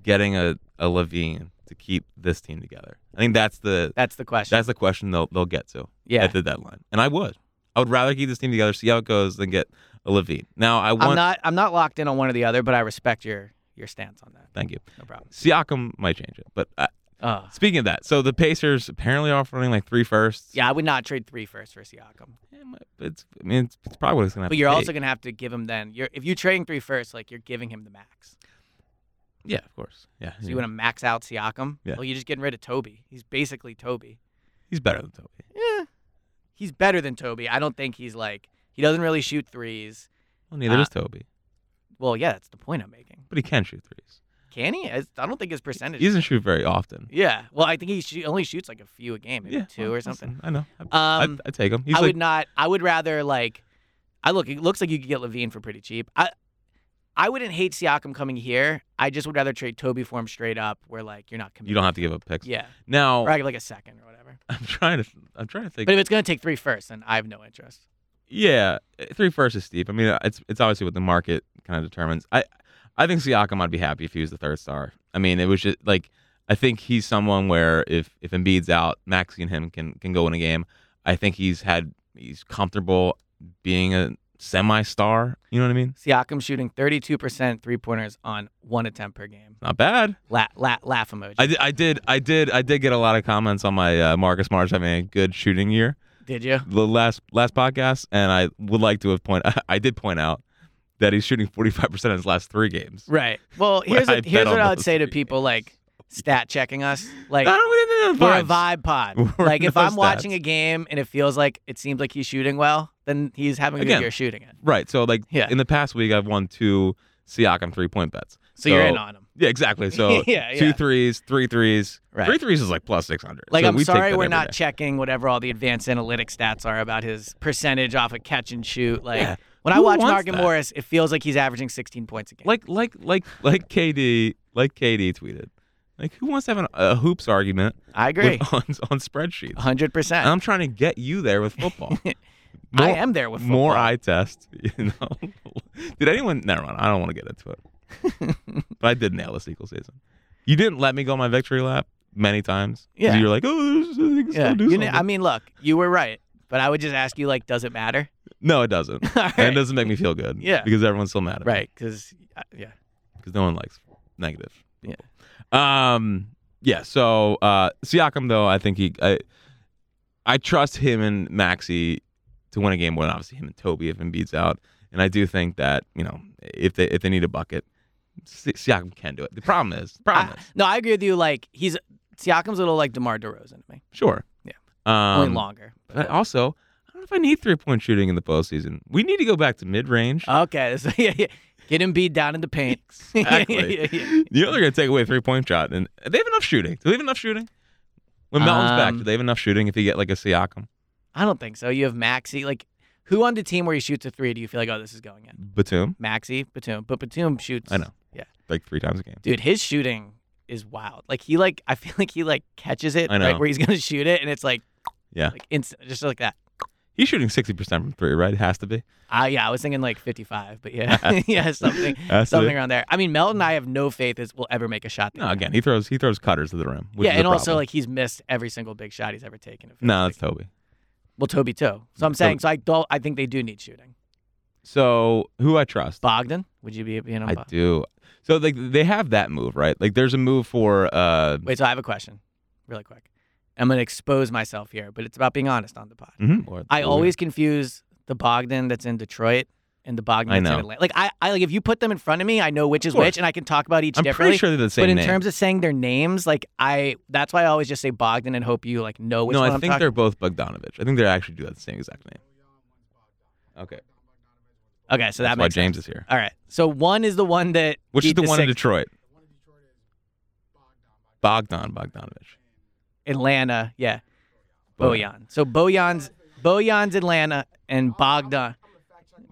Speaker 4: getting a, a Levine to keep this team together? I think that's the
Speaker 3: That's the question.
Speaker 4: that's the question they'll they'll get to
Speaker 3: yeah,
Speaker 4: at the deadline. And I would. I would rather keep this team together, see how it goes, than get a Levine. Now I
Speaker 3: I'm
Speaker 4: want
Speaker 3: not I'm not locked in on one or the other, but I respect your your stance on that.
Speaker 4: thank you.
Speaker 3: No problem.
Speaker 4: Siakam might change it. But uh,
Speaker 3: Uh,
Speaker 4: speaking of that, so the Pacers apparently are running like three firsts.
Speaker 3: yeah, I would not trade three first for Siakam.
Speaker 4: Yeah, but It's I mean it's, it's probably what it's gonna have
Speaker 3: But
Speaker 4: to
Speaker 3: you're
Speaker 4: be.
Speaker 3: also gonna have to give him then. You're if you're trading three first, like you're giving him the max.
Speaker 4: Yeah, of course. Yeah.
Speaker 3: So you want to max out Siakam?
Speaker 4: Yeah.
Speaker 3: Well, you're just getting rid of Toby. He's basically Toby.
Speaker 4: He's better than Toby.
Speaker 3: Yeah. he's better than Toby. I don't think he's like he doesn't really shoot threes.
Speaker 4: Well, neither
Speaker 3: Uh,
Speaker 4: is Toby,
Speaker 3: Well, yeah, that's the point I'm making.
Speaker 4: but he can shoot threes.
Speaker 3: Can he? I I don't think his percentage.
Speaker 4: He doesn't shoot very often.
Speaker 3: yeah. Well, I think he shoo- only shoots like a few a game, maybe
Speaker 4: yeah,
Speaker 3: two
Speaker 4: well,
Speaker 3: or
Speaker 4: listen,
Speaker 3: something.
Speaker 4: I know. I,
Speaker 3: Um,
Speaker 4: I, I take him. He's
Speaker 3: I
Speaker 4: like
Speaker 3: would not. I would rather like. I look. It looks like you could get Levine for pretty cheap. I, I wouldn't hate Siakam coming here. I just would rather trade Toby for him straight up, where like you're not committed.
Speaker 4: you don't have to give up picks.
Speaker 3: Yeah,
Speaker 4: Now
Speaker 3: or I get, like a second or whatever.
Speaker 4: I'm trying to I'm trying to think.
Speaker 3: But if it's gonna take three first, then I have no interest.
Speaker 4: Yeah, three first is steep. I mean, uh, it's it's obviously what the market kind of determines. I I think Siakam I'd be happy if he was the third star. I mean, it was just like I think he's someone where if if Embiid's out, Maxi and him can can go in a game. I think he's had he's comfortable being a semi star. You know what I mean?
Speaker 3: Siakam shooting 32% three pointers on one attempt per game.
Speaker 4: Not bad.
Speaker 3: La- la- laugh emoji.
Speaker 4: I did I did I did I did get a lot of comments on my uh, Marcus March having a good shooting year.
Speaker 3: Did you?
Speaker 4: the last last podcast, and I would like to have point. I did point out that he's shooting forty five percent in his last three games.
Speaker 3: Right. Well, here's
Speaker 4: I
Speaker 3: what,
Speaker 4: bet
Speaker 3: here's what
Speaker 4: on
Speaker 3: I would
Speaker 4: those
Speaker 3: say to
Speaker 4: three
Speaker 3: people like stat checking us. Like
Speaker 4: I don't
Speaker 3: we're a
Speaker 4: know.
Speaker 3: vibe pod.
Speaker 4: We're
Speaker 3: like if
Speaker 4: no
Speaker 3: I'm watching
Speaker 4: stats.
Speaker 3: a game and it feels like it seems like he's shooting well, then he's having a
Speaker 4: Again.
Speaker 3: good year shooting it.
Speaker 4: Right. So like
Speaker 3: Yeah.
Speaker 4: in the past week, I've won two Siakam three point bets.
Speaker 3: So, you're in on him.
Speaker 4: Yeah, exactly. So
Speaker 3: Yeah, yeah.
Speaker 4: two threes, three threes.
Speaker 3: Right.
Speaker 4: Three threes is like plus six hundred.
Speaker 3: Like
Speaker 4: so
Speaker 3: I'm
Speaker 4: we take
Speaker 3: sorry
Speaker 4: that
Speaker 3: we're
Speaker 4: every
Speaker 3: not
Speaker 4: day.
Speaker 3: checking whatever all the advanced analytic stats are about his percentage off a catch and shoot. Like
Speaker 4: Yeah.
Speaker 3: when I
Speaker 4: Who
Speaker 3: watch
Speaker 4: wants
Speaker 3: Markin
Speaker 4: that?
Speaker 3: Morris, it feels like he's averaging 16 points a game.
Speaker 4: like like like like KD like KD tweeted. Like who wants to have an, a hoops argument
Speaker 3: I agree.
Speaker 4: with, on on spreadsheets?
Speaker 3: 100%.
Speaker 4: And I'm trying to get you there with football.
Speaker 3: Oh, I
Speaker 4: More-
Speaker 3: am there with
Speaker 4: more
Speaker 3: football.
Speaker 4: eye test. You know, did anyone? Never mind. I don't want to get into it. but I did nail the sequel season. You didn't let me go on my victory lap many times. 'Cause
Speaker 3: Yeah.
Speaker 4: you were like, oh, there's, I can still
Speaker 3: Yeah.
Speaker 4: do
Speaker 3: You know,
Speaker 4: something."
Speaker 3: I mean, look, you were right, but I would just ask you, like, does it matter?
Speaker 4: no, it doesn't.
Speaker 3: All
Speaker 4: And it
Speaker 3: right.
Speaker 4: doesn't make me feel good.
Speaker 3: Yeah.
Speaker 4: because everyone's still mad. At
Speaker 3: Right, because uh, yeah,
Speaker 4: because no one likes negative.
Speaker 3: Yeah.
Speaker 4: People. Yeah. Um. Yeah. So uh, Siakam, though, I think he, I, I trust him and Maxi to win a game more than obviously him and Toby if Embiid's out, and I do think that you know if they if they need a bucket, Si- Siakam can do it. The problem is, the problem
Speaker 3: I,
Speaker 4: is,
Speaker 3: no, I agree with you. Like, he's Siakam's a little like Demar Derozan to me,
Speaker 4: sure.
Speaker 3: Yeah.
Speaker 4: Um,
Speaker 3: only longer.
Speaker 4: but also, I don't know if I need three point shooting in the postseason. We need to go back to mid range.
Speaker 3: Okay, so yeah, yeah. get him beat down in the paint.
Speaker 4: Exactly.
Speaker 3: Yeah, yeah, yeah.
Speaker 4: You know they're gonna take away a three point shot, and they have enough shooting. Do they have enough shooting? When Melton's back,
Speaker 3: Um,
Speaker 4: do they have enough shooting if you get like a Siakam,
Speaker 3: I don't think so. You have Maxi. Like, who on the team where he shoots a three? Do you feel like, oh, this is going in?
Speaker 4: Batum,
Speaker 3: Maxi Batum, but Batum shoots.
Speaker 4: I know.
Speaker 3: Yeah,
Speaker 4: like three times a game?
Speaker 3: dude, his shooting is wild. Like he like I feel like he like catches it
Speaker 4: I know.
Speaker 3: right where he's gonna shoot it, and it's like
Speaker 4: Yeah.
Speaker 3: like instant, just like that.
Speaker 4: He's shooting sixty percent from three, right? It has to be.
Speaker 3: Uh, yeah, I was thinking like 55, but yeah, yeah, something,
Speaker 4: Has to be.
Speaker 3: something around there. I mean, Melton, I have no faith is will ever make a shot. that
Speaker 4: No,
Speaker 3: can-
Speaker 4: again, he throws he throws cutters to the rim. Which
Speaker 3: yeah,
Speaker 4: is a
Speaker 3: and also
Speaker 4: problem.
Speaker 3: like he's missed every single big shot he's ever taken. it feels
Speaker 4: no,
Speaker 3: like.
Speaker 4: that's Toby.
Speaker 3: well, Toby too. So I'm saying, so I don't. I think they do need shooting.
Speaker 4: So who I trust?
Speaker 3: Bogdan, would you be being on
Speaker 4: I
Speaker 3: Bogdan?
Speaker 4: do. So like they have that move, right? Like there's a move for uh,
Speaker 3: Wait, so I have a question, really quick. I'm gonna expose myself here, but it's about being honest on the pod.
Speaker 4: mhm, or-
Speaker 3: I
Speaker 4: or-
Speaker 3: always confuse the Bogdan that's in Detroit and the Bogdan
Speaker 4: I
Speaker 3: that's
Speaker 4: know.
Speaker 3: in Atlanta. Like I, I like if you put them in front of me, I know which is
Speaker 4: course.
Speaker 3: which, and I can talk about each
Speaker 4: I'm
Speaker 3: differently.
Speaker 4: pretty sure they're the same
Speaker 3: but in
Speaker 4: name.
Speaker 3: terms of saying their names, like I, that's why I always just say Bogdan and hope you like know which
Speaker 4: no,
Speaker 3: one
Speaker 4: I
Speaker 3: am
Speaker 4: think
Speaker 3: talking.
Speaker 4: they're both Bogdanovich. I think they actually do have the same exact name. Okay,
Speaker 3: Okay, so that
Speaker 4: that's why
Speaker 3: makes sense.
Speaker 4: James is here.
Speaker 3: All right, so one is the one that
Speaker 4: Which is
Speaker 3: beat
Speaker 4: the, one in
Speaker 3: six-
Speaker 4: Detroit? Bogdan Bogdanovich.
Speaker 3: Atlanta, yeah,
Speaker 4: Bojan.
Speaker 3: Bojan. So Bojan's Bojan's Atlanta and Bogdan.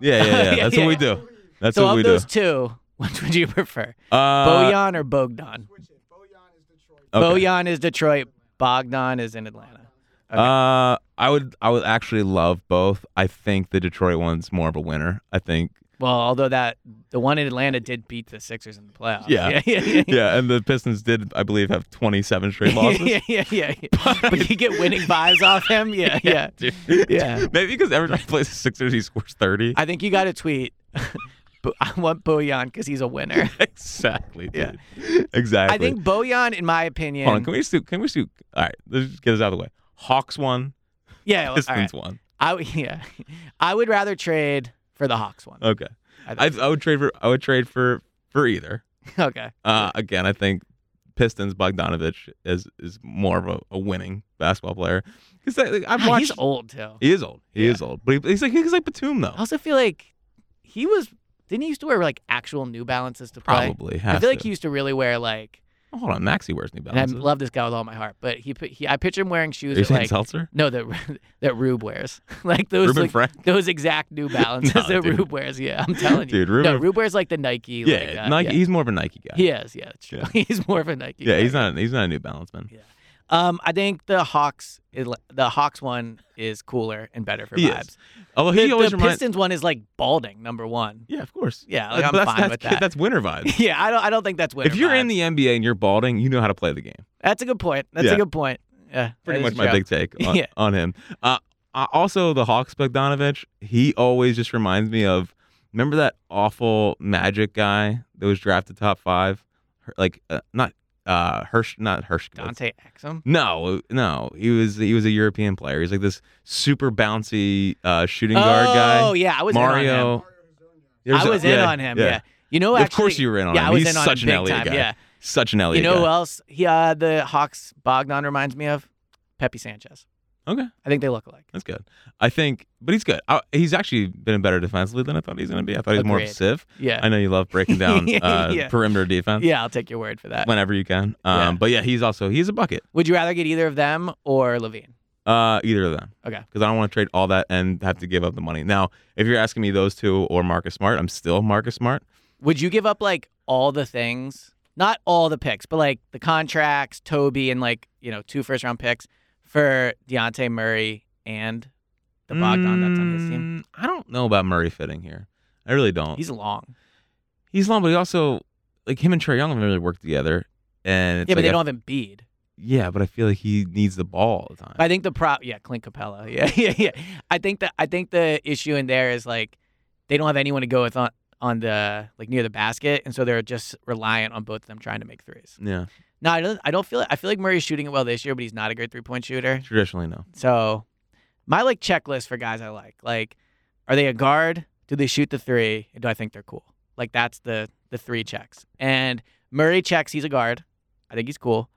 Speaker 4: Yeah, yeah, yeah. That's
Speaker 3: Yeah,
Speaker 4: what we
Speaker 3: yeah.
Speaker 4: do. That's
Speaker 3: so
Speaker 4: what
Speaker 3: of
Speaker 4: we do.
Speaker 3: those two, which would you prefer,
Speaker 4: Uh,
Speaker 3: Bojan or Bogdan?
Speaker 4: okay.
Speaker 3: Bojan is Detroit. Bogdan is in Atlanta. okay.
Speaker 4: Uh, I would, I would actually love both. I think the Detroit one's more of a winner. I think.
Speaker 3: Well, although that the one in Atlanta did beat the Sixers in the playoffs.
Speaker 4: Yeah.
Speaker 3: yeah, yeah, yeah,
Speaker 4: Yeah, and the Pistons did, I believe, have 27 straight losses.
Speaker 3: yeah, yeah, yeah, yeah. But you get winning vibes off him. Yeah, yeah.
Speaker 4: Dude.
Speaker 3: Yeah.
Speaker 4: Maybe because every time he plays the Sixers, he scores 30.
Speaker 3: I think you got to tweet. Bo- I want Bojan because he's a winner.
Speaker 4: exactly. Dude. Exactly.
Speaker 3: I think Bojan, in my opinion,
Speaker 4: Hold on. Can we shoot? Can we shoot? All right. Let's just get this out of the way. Hawks won.
Speaker 3: yeah, Oh, all
Speaker 4: Pistons
Speaker 3: right.
Speaker 4: won.
Speaker 3: I w- yeah, I would rather trade for the Hawks one.
Speaker 4: Okay.
Speaker 3: I
Speaker 4: Uh, I,
Speaker 3: think.
Speaker 4: I would trade for. I would trade for for either.
Speaker 3: okay,
Speaker 4: Uh, again, I think Pistons Bogdanovich is is more of a, a winning basketball player. Because like, I've
Speaker 3: God,
Speaker 4: watched.
Speaker 3: he's old too.
Speaker 4: He is old. He
Speaker 3: Yeah.
Speaker 4: is old. But he, he's like he's like Batum though.
Speaker 3: I also feel like he was didn't he used to wear like actual New Balances to play?
Speaker 4: Probably.
Speaker 3: I
Speaker 4: Has
Speaker 3: feel like
Speaker 4: to.
Speaker 3: he used to really wear like.
Speaker 4: Oh, hold on, Maxi wears New
Speaker 3: And I
Speaker 4: Balances.
Speaker 3: love this guy with all my heart, but he put he I picture him wearing shoes
Speaker 4: Are
Speaker 3: that,
Speaker 4: you saying
Speaker 3: like
Speaker 4: Seltzer?
Speaker 3: no that that Rube wears like those
Speaker 4: Ruben
Speaker 3: like,
Speaker 4: Frank.
Speaker 3: those exact New Balances
Speaker 4: No,
Speaker 3: that
Speaker 4: dude.
Speaker 3: Rube wears. Yeah, I'm telling you,
Speaker 4: Dude, Ruben-
Speaker 3: no Rube wears like the Nike. like,
Speaker 4: Yeah,
Speaker 3: uh,
Speaker 4: Nike.
Speaker 3: yeah.
Speaker 4: He's more of a Nike guy.
Speaker 3: He is, yeah, that's true. he's more of a Nike.
Speaker 4: yeah,
Speaker 3: guy.
Speaker 4: he's not. He's not a New Balance man.
Speaker 3: Um, I think the Hawks, is- the Hawks one is cooler and better for
Speaker 4: He
Speaker 3: vibes.
Speaker 4: is. Although he
Speaker 3: the,
Speaker 4: always
Speaker 3: the
Speaker 4: reminds.
Speaker 3: Pistons one is like balding number one.
Speaker 4: Yeah, of course.
Speaker 3: Yeah, like,
Speaker 4: Uh,
Speaker 3: I'm
Speaker 4: but that's,
Speaker 3: fine
Speaker 4: that's,
Speaker 3: with that.
Speaker 4: That's winter vibes.
Speaker 3: Yeah, I don't. I don't think that's winter.
Speaker 4: if you're in
Speaker 3: vibes.
Speaker 4: the NBA and you're balding, you know how to play the game.
Speaker 3: that's a good point. That's
Speaker 4: Yeah.
Speaker 3: a good point. Yeah,
Speaker 4: Pretty
Speaker 3: that
Speaker 4: much
Speaker 3: is
Speaker 4: my
Speaker 3: true.
Speaker 4: big take on,
Speaker 3: Yeah.
Speaker 4: on him. Uh, uh, also, the Hawks Bogdanovich, he always just reminds me of. Remember that awful Magic guy that was drafted top five? Her- Like uh, not uh, Hirsch, not Hirsch.
Speaker 3: Dante Exum.
Speaker 4: No, no, he was he was a European player. He's like this super bouncy uh, shooting guard
Speaker 3: Oh
Speaker 4: guy.
Speaker 3: yeah, I was in on him.
Speaker 4: Mario.
Speaker 3: I was in on him. Yeah, you know. Actually,
Speaker 4: of course you were in on
Speaker 3: yeah,
Speaker 4: him.
Speaker 3: I was
Speaker 4: He's
Speaker 3: in on
Speaker 4: such
Speaker 3: him
Speaker 4: an
Speaker 3: big
Speaker 4: Elliot
Speaker 3: time,
Speaker 4: guy.
Speaker 3: Yeah.
Speaker 4: Such an Elliot
Speaker 3: you know who
Speaker 4: guy.
Speaker 3: else? He, uh, the Hawks Bogdan reminds me of Pepe Sanchez.
Speaker 4: Okay,
Speaker 3: I think they look alike.
Speaker 4: that's good. I think, but he's good. I, he's actually been better defensively than I thought he's going to be. I thought he was more of a
Speaker 3: Agreed.
Speaker 4: sieve.
Speaker 3: Yeah,
Speaker 4: I know you love breaking down uh,
Speaker 3: Yeah.
Speaker 4: perimeter defense
Speaker 3: yeah. I'll take your word for that.
Speaker 4: whenever you can. Um,
Speaker 3: Yeah.
Speaker 4: But yeah, he's also he's a bucket.
Speaker 3: Would you rather get either of them or Levine?
Speaker 4: Uh, either of them.
Speaker 3: Okay.
Speaker 4: Because I don't want to trade all that and have to give up the money. Now, if you're asking me those two or Marcus Smart, I'm still Marcus Smart.
Speaker 3: Would you give up like all the things? Not all the picks, but like the contracts, Toby, and like, you know, two first round picks for Deontay Murray and the Bogdan that's on his team.
Speaker 4: Mm, I don't know about Murray fitting here. I really don't. He's,
Speaker 3: He's long.
Speaker 4: long, but he also like him and Trey Young have really worked together. And it's
Speaker 3: yeah, but
Speaker 4: like
Speaker 3: they
Speaker 4: I-
Speaker 3: don't have Embiid.
Speaker 4: Yeah, but I feel like he needs the ball all the time.
Speaker 3: But I think the prop yeah, Clint Capella. Yeah, yeah, yeah. I think that I think the issue in there is like they don't have anyone to go with on, on the like near the basket, and so they're just reliant on both of them trying to make threes.
Speaker 4: yeah,
Speaker 3: No, I don't I don't feel I feel like Murray's shooting it well this year, but he's not a great three point shooter.
Speaker 4: traditionally no.
Speaker 3: So my like checklist for guys I like, like, are they a guard? Do they shoot the three? And do I think they're cool? Like that's the the three checks. And Murray checks he's a guard. I think he's cool.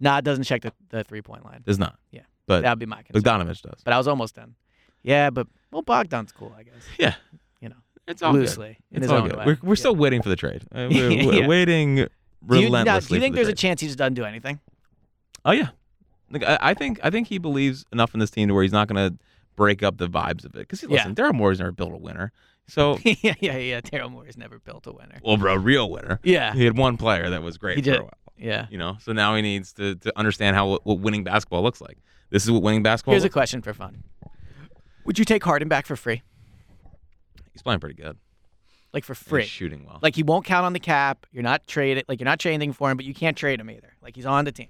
Speaker 3: Nah, doesn't check the, the three point line.
Speaker 4: Does not.
Speaker 3: Yeah.
Speaker 4: but
Speaker 3: That would be my concern.
Speaker 4: Bogdanovich does.
Speaker 3: But I was almost done. Yeah, but well Bogdan's cool, I guess.
Speaker 4: yeah,
Speaker 3: You know,
Speaker 4: it's all good.
Speaker 3: loosely in
Speaker 4: It's
Speaker 3: his
Speaker 4: all
Speaker 3: own
Speaker 4: good.
Speaker 3: way.
Speaker 4: We're, we're
Speaker 3: Yeah.
Speaker 4: still waiting for the trade. Uh, we're, we're
Speaker 3: Yeah.
Speaker 4: waiting
Speaker 3: do you, now, do
Speaker 4: relentlessly.
Speaker 3: you think
Speaker 4: for the
Speaker 3: there's a
Speaker 4: trade.
Speaker 3: chance he just doesn't do anything?
Speaker 4: Oh yeah, like I, I think I think he believes enough in this team to where he's not going to break up the vibes of it. Because
Speaker 3: Yeah.
Speaker 4: listen, Daryl Moore's never built a winner, so
Speaker 3: yeah, yeah, yeah. Daryl Morey's never built a winner.
Speaker 4: well, a real winner.
Speaker 3: Yeah.
Speaker 4: He had one player that was great
Speaker 3: He
Speaker 4: for
Speaker 3: did.
Speaker 4: a while,
Speaker 3: Yeah.
Speaker 4: you know. So now he needs to to understand how what winning basketball looks like. This is what winning basketball.
Speaker 3: Here's a
Speaker 4: Looks.
Speaker 3: question for fun. Would you take Harden back for free?
Speaker 4: he's playing pretty good.
Speaker 3: Like for
Speaker 4: And
Speaker 3: free.
Speaker 4: He's shooting well.
Speaker 3: Like he won't count on the cap. You're not trading like you're not trading anything for him, but you can't trade him either. Like he's on the team.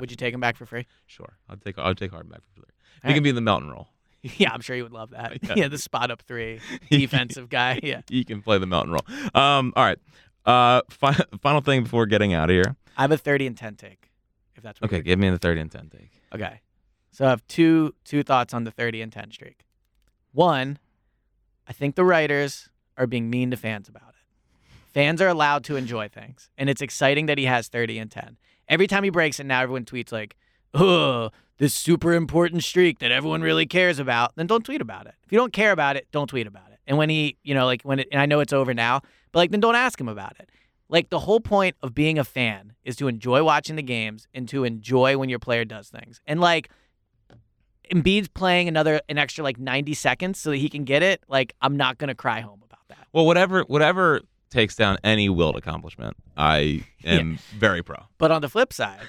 Speaker 3: Would you take him back for free?
Speaker 4: sure, I'll take I'll take Harden back for free. He
Speaker 3: All
Speaker 4: can be the Melton role.
Speaker 3: yeah, I'm sure you would love that.
Speaker 4: Yeah.
Speaker 3: Yeah, the spot up three defensive guy. Yeah.
Speaker 4: He can play the Melton role. Um, all right. Uh, fi- final thing before getting out of here.
Speaker 3: I have a thirty and ten take, if that's what
Speaker 4: Okay,
Speaker 3: you're-
Speaker 4: give me the thirty and ten take.
Speaker 3: Okay. So I have two two thoughts on the thirty and ten streak. One, I think the writers are being mean to fans about it. Fans are allowed to enjoy things, and it's exciting that he has thirty and ten. Every time he breaks it, now everyone tweets like, "Oh, this super important streak that everyone really cares about." Then don't tweet about it. If you don't care about it, don't tweet about it. And when he, you know, like when it, and I know it's over now, but like then don't ask him about it. Like the whole point of being a fan is to enjoy watching the games and to enjoy when your player does things. And like Embiid's playing another an extra like 90 seconds so that he can get it, like I'm not going to cry home about that.
Speaker 4: Well, whatever whatever takes down any willed accomplishment, I am very pro.
Speaker 3: But on the flip side,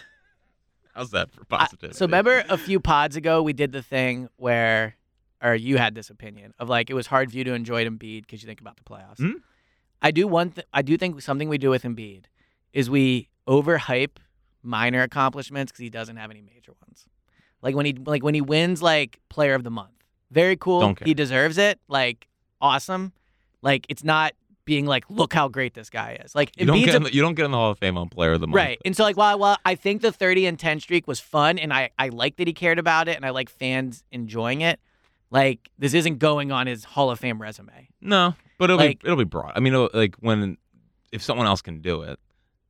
Speaker 4: How's that for
Speaker 3: I-
Speaker 4: positive?
Speaker 3: so remember a few pods ago we did the thing where or you had this opinion of like it was hard for you to enjoy Embiid cuz you think about the playoffs.
Speaker 4: Mm.
Speaker 3: I do one th- I do think something we do with Embiid is we overhype minor accomplishments cuz he doesn't have any major ones. Like when he like when he wins like player of the month. Very cool.
Speaker 4: Don't care.
Speaker 3: He deserves it. Like awesome. Like it's not being like look how great this guy is. Like
Speaker 4: you don't
Speaker 3: Embiid's
Speaker 4: get
Speaker 3: a
Speaker 4: in the, you don't get in the Hall of Fame on Player of the Month.
Speaker 3: Right. And so like while while I think the 30 and 10 streak was fun and I I like that he cared about it and I like fans enjoying it. Like this isn't going on his Hall of Fame resume.
Speaker 4: No, but it'll
Speaker 3: Like-
Speaker 4: be it'll be broad. I mean, it'll, like when if someone else can do it,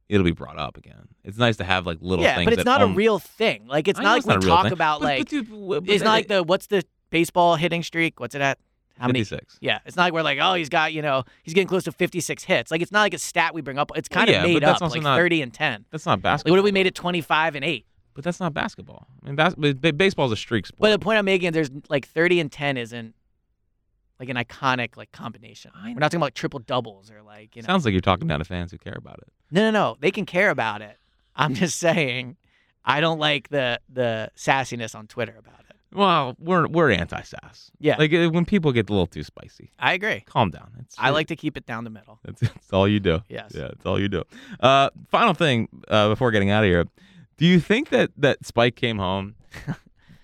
Speaker 4: it'll be brought up again. It's nice to have like little
Speaker 3: yeah,
Speaker 4: things.
Speaker 3: but it's
Speaker 4: that
Speaker 3: not a
Speaker 4: only-
Speaker 3: real thing. Like it's
Speaker 4: I
Speaker 3: not
Speaker 4: know
Speaker 3: like
Speaker 4: it's
Speaker 3: we
Speaker 4: not a real
Speaker 3: talk
Speaker 4: thing,
Speaker 3: about
Speaker 4: but-
Speaker 3: like
Speaker 4: but dude, w- but
Speaker 3: it's not
Speaker 4: they-
Speaker 3: like the what's the baseball hitting streak? What's it at? How many?
Speaker 4: 56.
Speaker 3: Yeah, it's not like we're like, oh, he's got you know, he's getting close to 56 hits. Like it's not like a stat we bring up. It's
Speaker 4: Well,
Speaker 3: kind of
Speaker 4: yeah, but
Speaker 3: made
Speaker 4: that's
Speaker 3: up,
Speaker 4: also
Speaker 3: like
Speaker 4: not-
Speaker 3: 30 and 10.
Speaker 4: That's not
Speaker 3: Like
Speaker 4: basketball.
Speaker 3: what if we made it 25 and 8?
Speaker 4: But that's not basketball. I mean, bas- but ba- baseball's a streak
Speaker 3: But
Speaker 4: sport.
Speaker 3: the point I'm making is there's like 30 and 10 isn't like an iconic like combination.
Speaker 4: I
Speaker 3: We're not talking about triple doubles or like you know.
Speaker 4: Sounds like you're talking down to fans who care about it.
Speaker 3: No, no, no. They can care about it. I'm just saying, I don't like the the sassiness on Twitter about it.
Speaker 4: Well, we're we're anti-sass.
Speaker 3: Yeah,
Speaker 4: Like uh, when people get a little too spicy,
Speaker 3: I agree.
Speaker 4: calm down. It's, uh,
Speaker 3: I like to keep it down the middle.
Speaker 4: That's, that's all you do.
Speaker 3: Yes.
Speaker 4: Yeah, that's all you do. Uh, final thing uh, before getting out of here, do you think that that Spike came home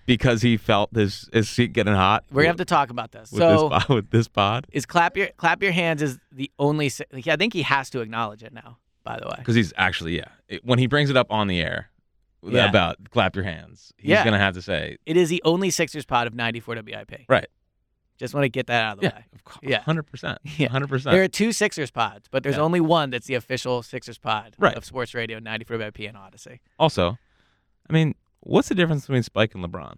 Speaker 4: because he felt his his seat getting hot?
Speaker 3: We're gonna have to talk about this.
Speaker 4: with
Speaker 3: so
Speaker 4: this pod, with this pod
Speaker 3: is clap your clap your hands is the only. sa- Like, I think he has to acknowledge it now. By the way,
Speaker 4: because he's actually yeah it- when he brings it up on the air
Speaker 3: Yeah.
Speaker 4: about clap your hands, he's
Speaker 3: Yeah.
Speaker 4: gonna have to say
Speaker 3: it is the only Sixers pod of 94 WIP.
Speaker 4: Right.
Speaker 3: Just want to get that out of the
Speaker 4: yeah,
Speaker 3: way.
Speaker 4: of course,
Speaker 3: Yeah.
Speaker 4: hundred percent,
Speaker 3: Yeah.
Speaker 4: hundred
Speaker 3: There are
Speaker 4: percent.
Speaker 3: two Sixers pods, but there's
Speaker 4: Yeah.
Speaker 3: only one that's the official Sixers pod
Speaker 4: Right.
Speaker 3: of Sports Radio 94 WIP and Odyssey.
Speaker 4: Also, I mean, what's the difference between Spike and LeBron?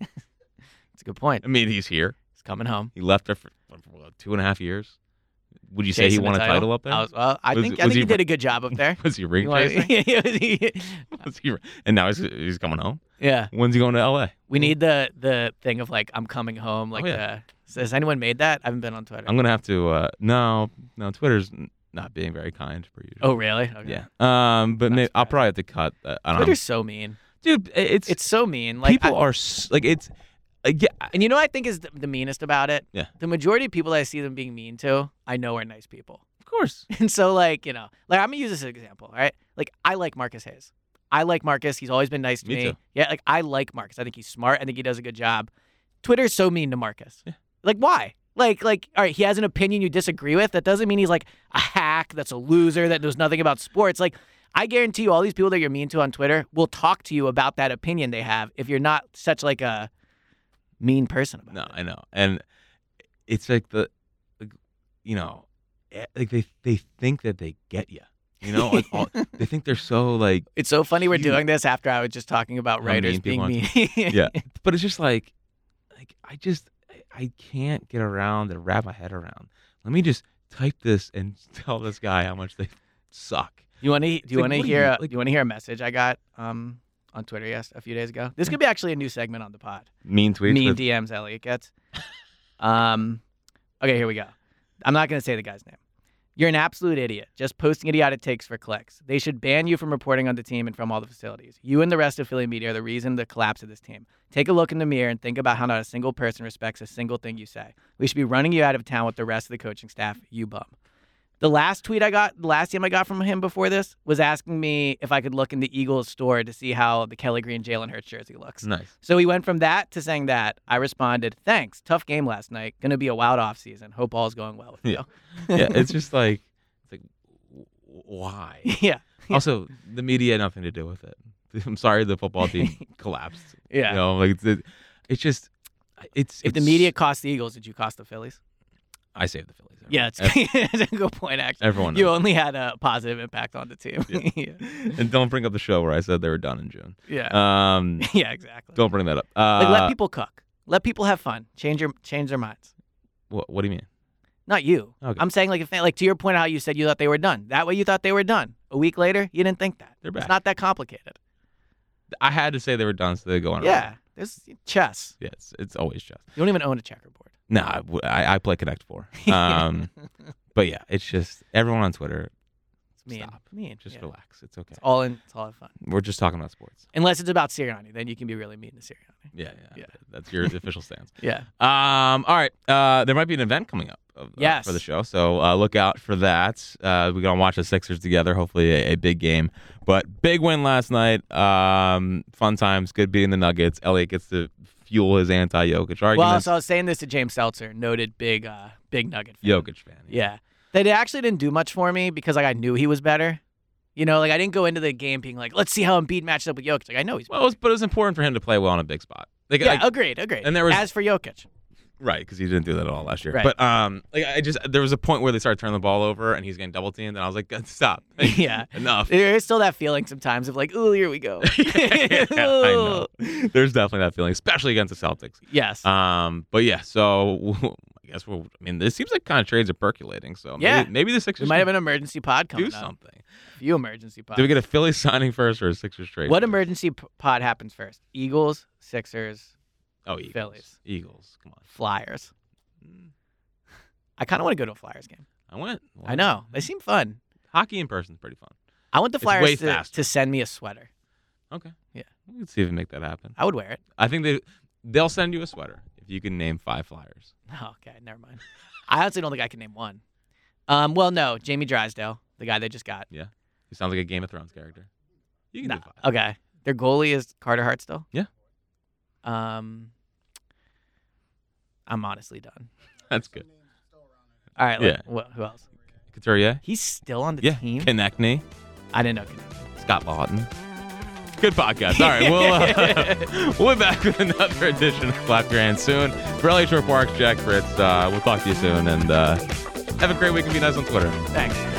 Speaker 3: It's a good point.
Speaker 4: I mean, he's here.
Speaker 3: It's coming home.
Speaker 4: He left there for, for what, two and a half years. Would you say he
Speaker 3: Chasing the
Speaker 4: won a title, up there?
Speaker 3: I, was, well, I
Speaker 4: Was-
Speaker 3: think I think
Speaker 4: was
Speaker 3: he,
Speaker 4: he-
Speaker 3: did a good job up there.
Speaker 4: was he ring
Speaker 3: You wanna-
Speaker 4: chasing?
Speaker 3: Yeah, he-
Speaker 4: Was he- and now he's he's coming home.
Speaker 3: yeah,
Speaker 4: When's he going to L.A.?
Speaker 3: we need the the thing of like I'm coming home. Like,
Speaker 4: Mm. Oh, yeah.
Speaker 3: the, has anyone made that? I haven't been on Twitter.
Speaker 4: I'm gonna have to. Uh, no, no, Twitter's n- not being very kind for you.
Speaker 3: oh, really? Okay.
Speaker 4: yeah. Um, but
Speaker 3: Not
Speaker 4: may I'll
Speaker 3: surprised.
Speaker 4: probably have to cut. Uh, I don't
Speaker 3: Twitter's so mean.
Speaker 4: know, dude. i- It's
Speaker 3: It's so mean. Like
Speaker 4: people
Speaker 3: I-
Speaker 4: are s- like it's. Like, yeah, I-
Speaker 3: and you know what I think is the, the meanest about it.
Speaker 4: Yeah.
Speaker 3: The majority of people I see them being mean to, I know are nice people.
Speaker 4: of course.
Speaker 3: And so like you know, like I'm gonna use this as an example. All right. Like I like Marcus Hayes. I like Marcus. He's always been nice to
Speaker 4: Me
Speaker 3: me.
Speaker 4: too.
Speaker 3: Yeah. Like I like Marcus. I think he's smart. I think he does a good job. Twitter's so mean to Marcus.
Speaker 4: Yeah.
Speaker 3: Like why? Like like all right. He has an opinion you disagree with. That doesn't mean he's like a hack. That's a loser. That knows nothing about sports. Like. I guarantee you, all these people that you're mean to on Twitter will talk to you about that opinion they have if you're not such like a mean person about
Speaker 4: No,
Speaker 3: it.
Speaker 4: I know, and it's like the, like, you know, eh, like they they think that they get you. You know, like all, they think they're so like,
Speaker 3: It's so funny we're
Speaker 4: You-
Speaker 3: doing this after I was just talking about
Speaker 4: How
Speaker 3: writers
Speaker 4: mean
Speaker 3: being
Speaker 4: people
Speaker 3: mean.
Speaker 4: yeah. But it's just like, like I just I- I can't get around and wrap my head around. Let me just type this and tell this guy how much they suck.
Speaker 3: You want to? Do you
Speaker 4: like,
Speaker 3: want to
Speaker 4: what do
Speaker 3: hear?
Speaker 4: you-
Speaker 3: a,
Speaker 4: like-
Speaker 3: do you want to hear a message I got um, on Twitter? Yes, a few days ago. This could be actually a new segment on the pod.
Speaker 4: Mean tweets.
Speaker 3: mean
Speaker 4: with-
Speaker 3: DMs Elliot gets. um, okay, here we go. I'm not going to say the guy's name. You're an absolute idiot. Just posting idiotic takes for clicks. They should ban you from reporting on the team and from all the facilities. You and the rest of Philly media are the reason the collapse of this team. Take a look in the mirror and think about how not a single person respects a single thing you say. We should be running you out of town with the rest of the coaching staff. You bum. The last tweet I got, the last DM I got from him before this was asking me if I could look in the Eagles store to see how the Kelly Green Jalen Hurts jersey looks.
Speaker 4: nice.
Speaker 3: So he went from that to saying that. I responded, "Thanks. Tough game last night. Going to be a wild off season. Hope all's going well with you."
Speaker 4: Yeah, it's just like, it's like, w- w- why?
Speaker 3: Yeah.
Speaker 4: Also, the media had nothing to do with it. I'm sorry the football team collapsed.
Speaker 3: Yeah.
Speaker 4: You know, like it's, it- it's just it's
Speaker 3: If the
Speaker 4: it's-
Speaker 3: media cost the Eagles, did you cost the Phillies?
Speaker 4: I saved the Phillies.
Speaker 3: Yeah, it's,
Speaker 4: Ev-
Speaker 3: it's a good point actually.
Speaker 4: everyone.
Speaker 3: You
Speaker 4: Knows.
Speaker 3: only had a positive impact on the team.
Speaker 4: Yeah.
Speaker 3: yeah.
Speaker 4: and don't bring up the show where I said they were done in June.
Speaker 3: Yeah.
Speaker 4: Um,
Speaker 3: Yeah, exactly.
Speaker 4: don't bring that up.
Speaker 3: Like
Speaker 4: Uh,
Speaker 3: let people cook. Let people have fun. Change your change their minds.
Speaker 4: what, what do you mean?
Speaker 3: Not you.
Speaker 4: Okay.
Speaker 3: I'm saying like if they, like to your point how you said you thought they were done. That way you thought they were done. A week later, you didn't think that.
Speaker 4: They're
Speaker 3: It's
Speaker 4: back.
Speaker 3: not that complicated.
Speaker 4: I had to say they were done, so they go on. a
Speaker 3: Yeah.
Speaker 4: run.
Speaker 3: There's chess.
Speaker 4: Yeah, it's, it's always just.
Speaker 3: You don't even own a checkerboard.
Speaker 4: No, I w- I, I play Connect Four. Um, but yeah, it's just everyone on Twitter.
Speaker 3: mean.
Speaker 4: Stop.
Speaker 3: Mean.
Speaker 4: Just
Speaker 3: yeah.
Speaker 4: relax. It's okay.
Speaker 3: It's all in. It's all in fun.
Speaker 4: We're just talking about sports.
Speaker 3: Unless it's about Sirianni, then you can be really mean to Sirianni.
Speaker 4: Yeah, yeah,
Speaker 3: Yeah.
Speaker 4: That's your official stance.
Speaker 3: Yeah.
Speaker 4: Um, all right. Uh, there might be an event coming up. Of, uh,
Speaker 3: Yes.
Speaker 4: for the show. So uh, look out for that. Uh, we're gonna watch the Sixers together. Hopefully, a, a big game. But big win last night. Um, fun times. Good beating the Nuggets. Elliot gets to fuel his anti-Jokic
Speaker 3: Well,
Speaker 4: arguments.
Speaker 3: so I was saying this to James Seltzer, noted big, uh, big Nugget. Fan.
Speaker 4: Jokic fan.
Speaker 3: Yeah. That it actually didn't do much for me because like I knew he was better. You know, like I didn't go into the game being like, let's see how Embiid matches up with Jokic. Like I know he's.
Speaker 4: Well, it was, but it was important for him to play well in a big spot. Like,
Speaker 3: better.
Speaker 4: like,
Speaker 3: yeah, agreed, agreed.
Speaker 4: and there was-
Speaker 3: as for Jokic,
Speaker 4: Right, because he didn't do that at all last year.
Speaker 3: Right.
Speaker 4: But um, like I just there was a point where they started turning the ball over and he's getting double teamed, and I was like, "God, stop,
Speaker 3: Yeah.
Speaker 4: enough.
Speaker 3: There is still that feeling sometimes of like, ooh, here we go.
Speaker 4: Yeah, I know. There's definitely that feeling, especially against the Celtics.
Speaker 3: Yes.
Speaker 4: Um, but yeah, so I guess we'll. I mean, this seems like kind of trades are percolating. So maybe,
Speaker 3: Yeah.
Speaker 4: maybe the Sixers
Speaker 3: we might have
Speaker 4: can
Speaker 3: an emergency pod coming
Speaker 4: do
Speaker 3: up.
Speaker 4: something.
Speaker 3: A few emergency pods.
Speaker 4: Do we get a Philly signing first or a Sixers trade?
Speaker 3: what
Speaker 4: first?
Speaker 3: emergency p- pod happens first? Eagles, Sixers,
Speaker 4: Oh, Eagles.
Speaker 3: Phillies.
Speaker 4: Eagles. Come on. Mm,
Speaker 3: Flyers. I kind of want to go to a Flyers game.
Speaker 4: I went.
Speaker 3: I know. They seem fun.
Speaker 4: Hockey in person is pretty fun.
Speaker 3: I want the
Speaker 4: It's way
Speaker 3: Flyers to,
Speaker 4: faster.
Speaker 3: to send me a sweater.
Speaker 4: Okay.
Speaker 3: Yeah.
Speaker 4: We can see if we can make that happen.
Speaker 3: I would wear it.
Speaker 4: I think they they'll send you a sweater if you can name five Flyers.
Speaker 3: Oh, okay, never mind. I honestly don't think I can name one. Um, well, no, Jamie Drysdale, the guy they just got.
Speaker 4: He sounds like a Game of Thrones character. You can
Speaker 3: Nah,
Speaker 4: do five.
Speaker 3: okay, their goalie is Carter Hart still.
Speaker 4: Yeah.
Speaker 3: Um, I'm honestly done.
Speaker 4: That's good.
Speaker 3: All right. Yeah.
Speaker 4: Yeah.
Speaker 3: who else?
Speaker 4: Couturier.
Speaker 3: He's still on the
Speaker 4: Yeah.
Speaker 3: team.
Speaker 4: Konechny.
Speaker 3: I didn't know.
Speaker 4: Scott Lawton. Good podcast. All right, we'll, uh, we'll be back with another edition of Clap Your Hands soon. For LA Shore Parks, Jack Fritz, uh, we'll talk to you soon, and uh, have a great week and be nice on Twitter.
Speaker 3: Thanks.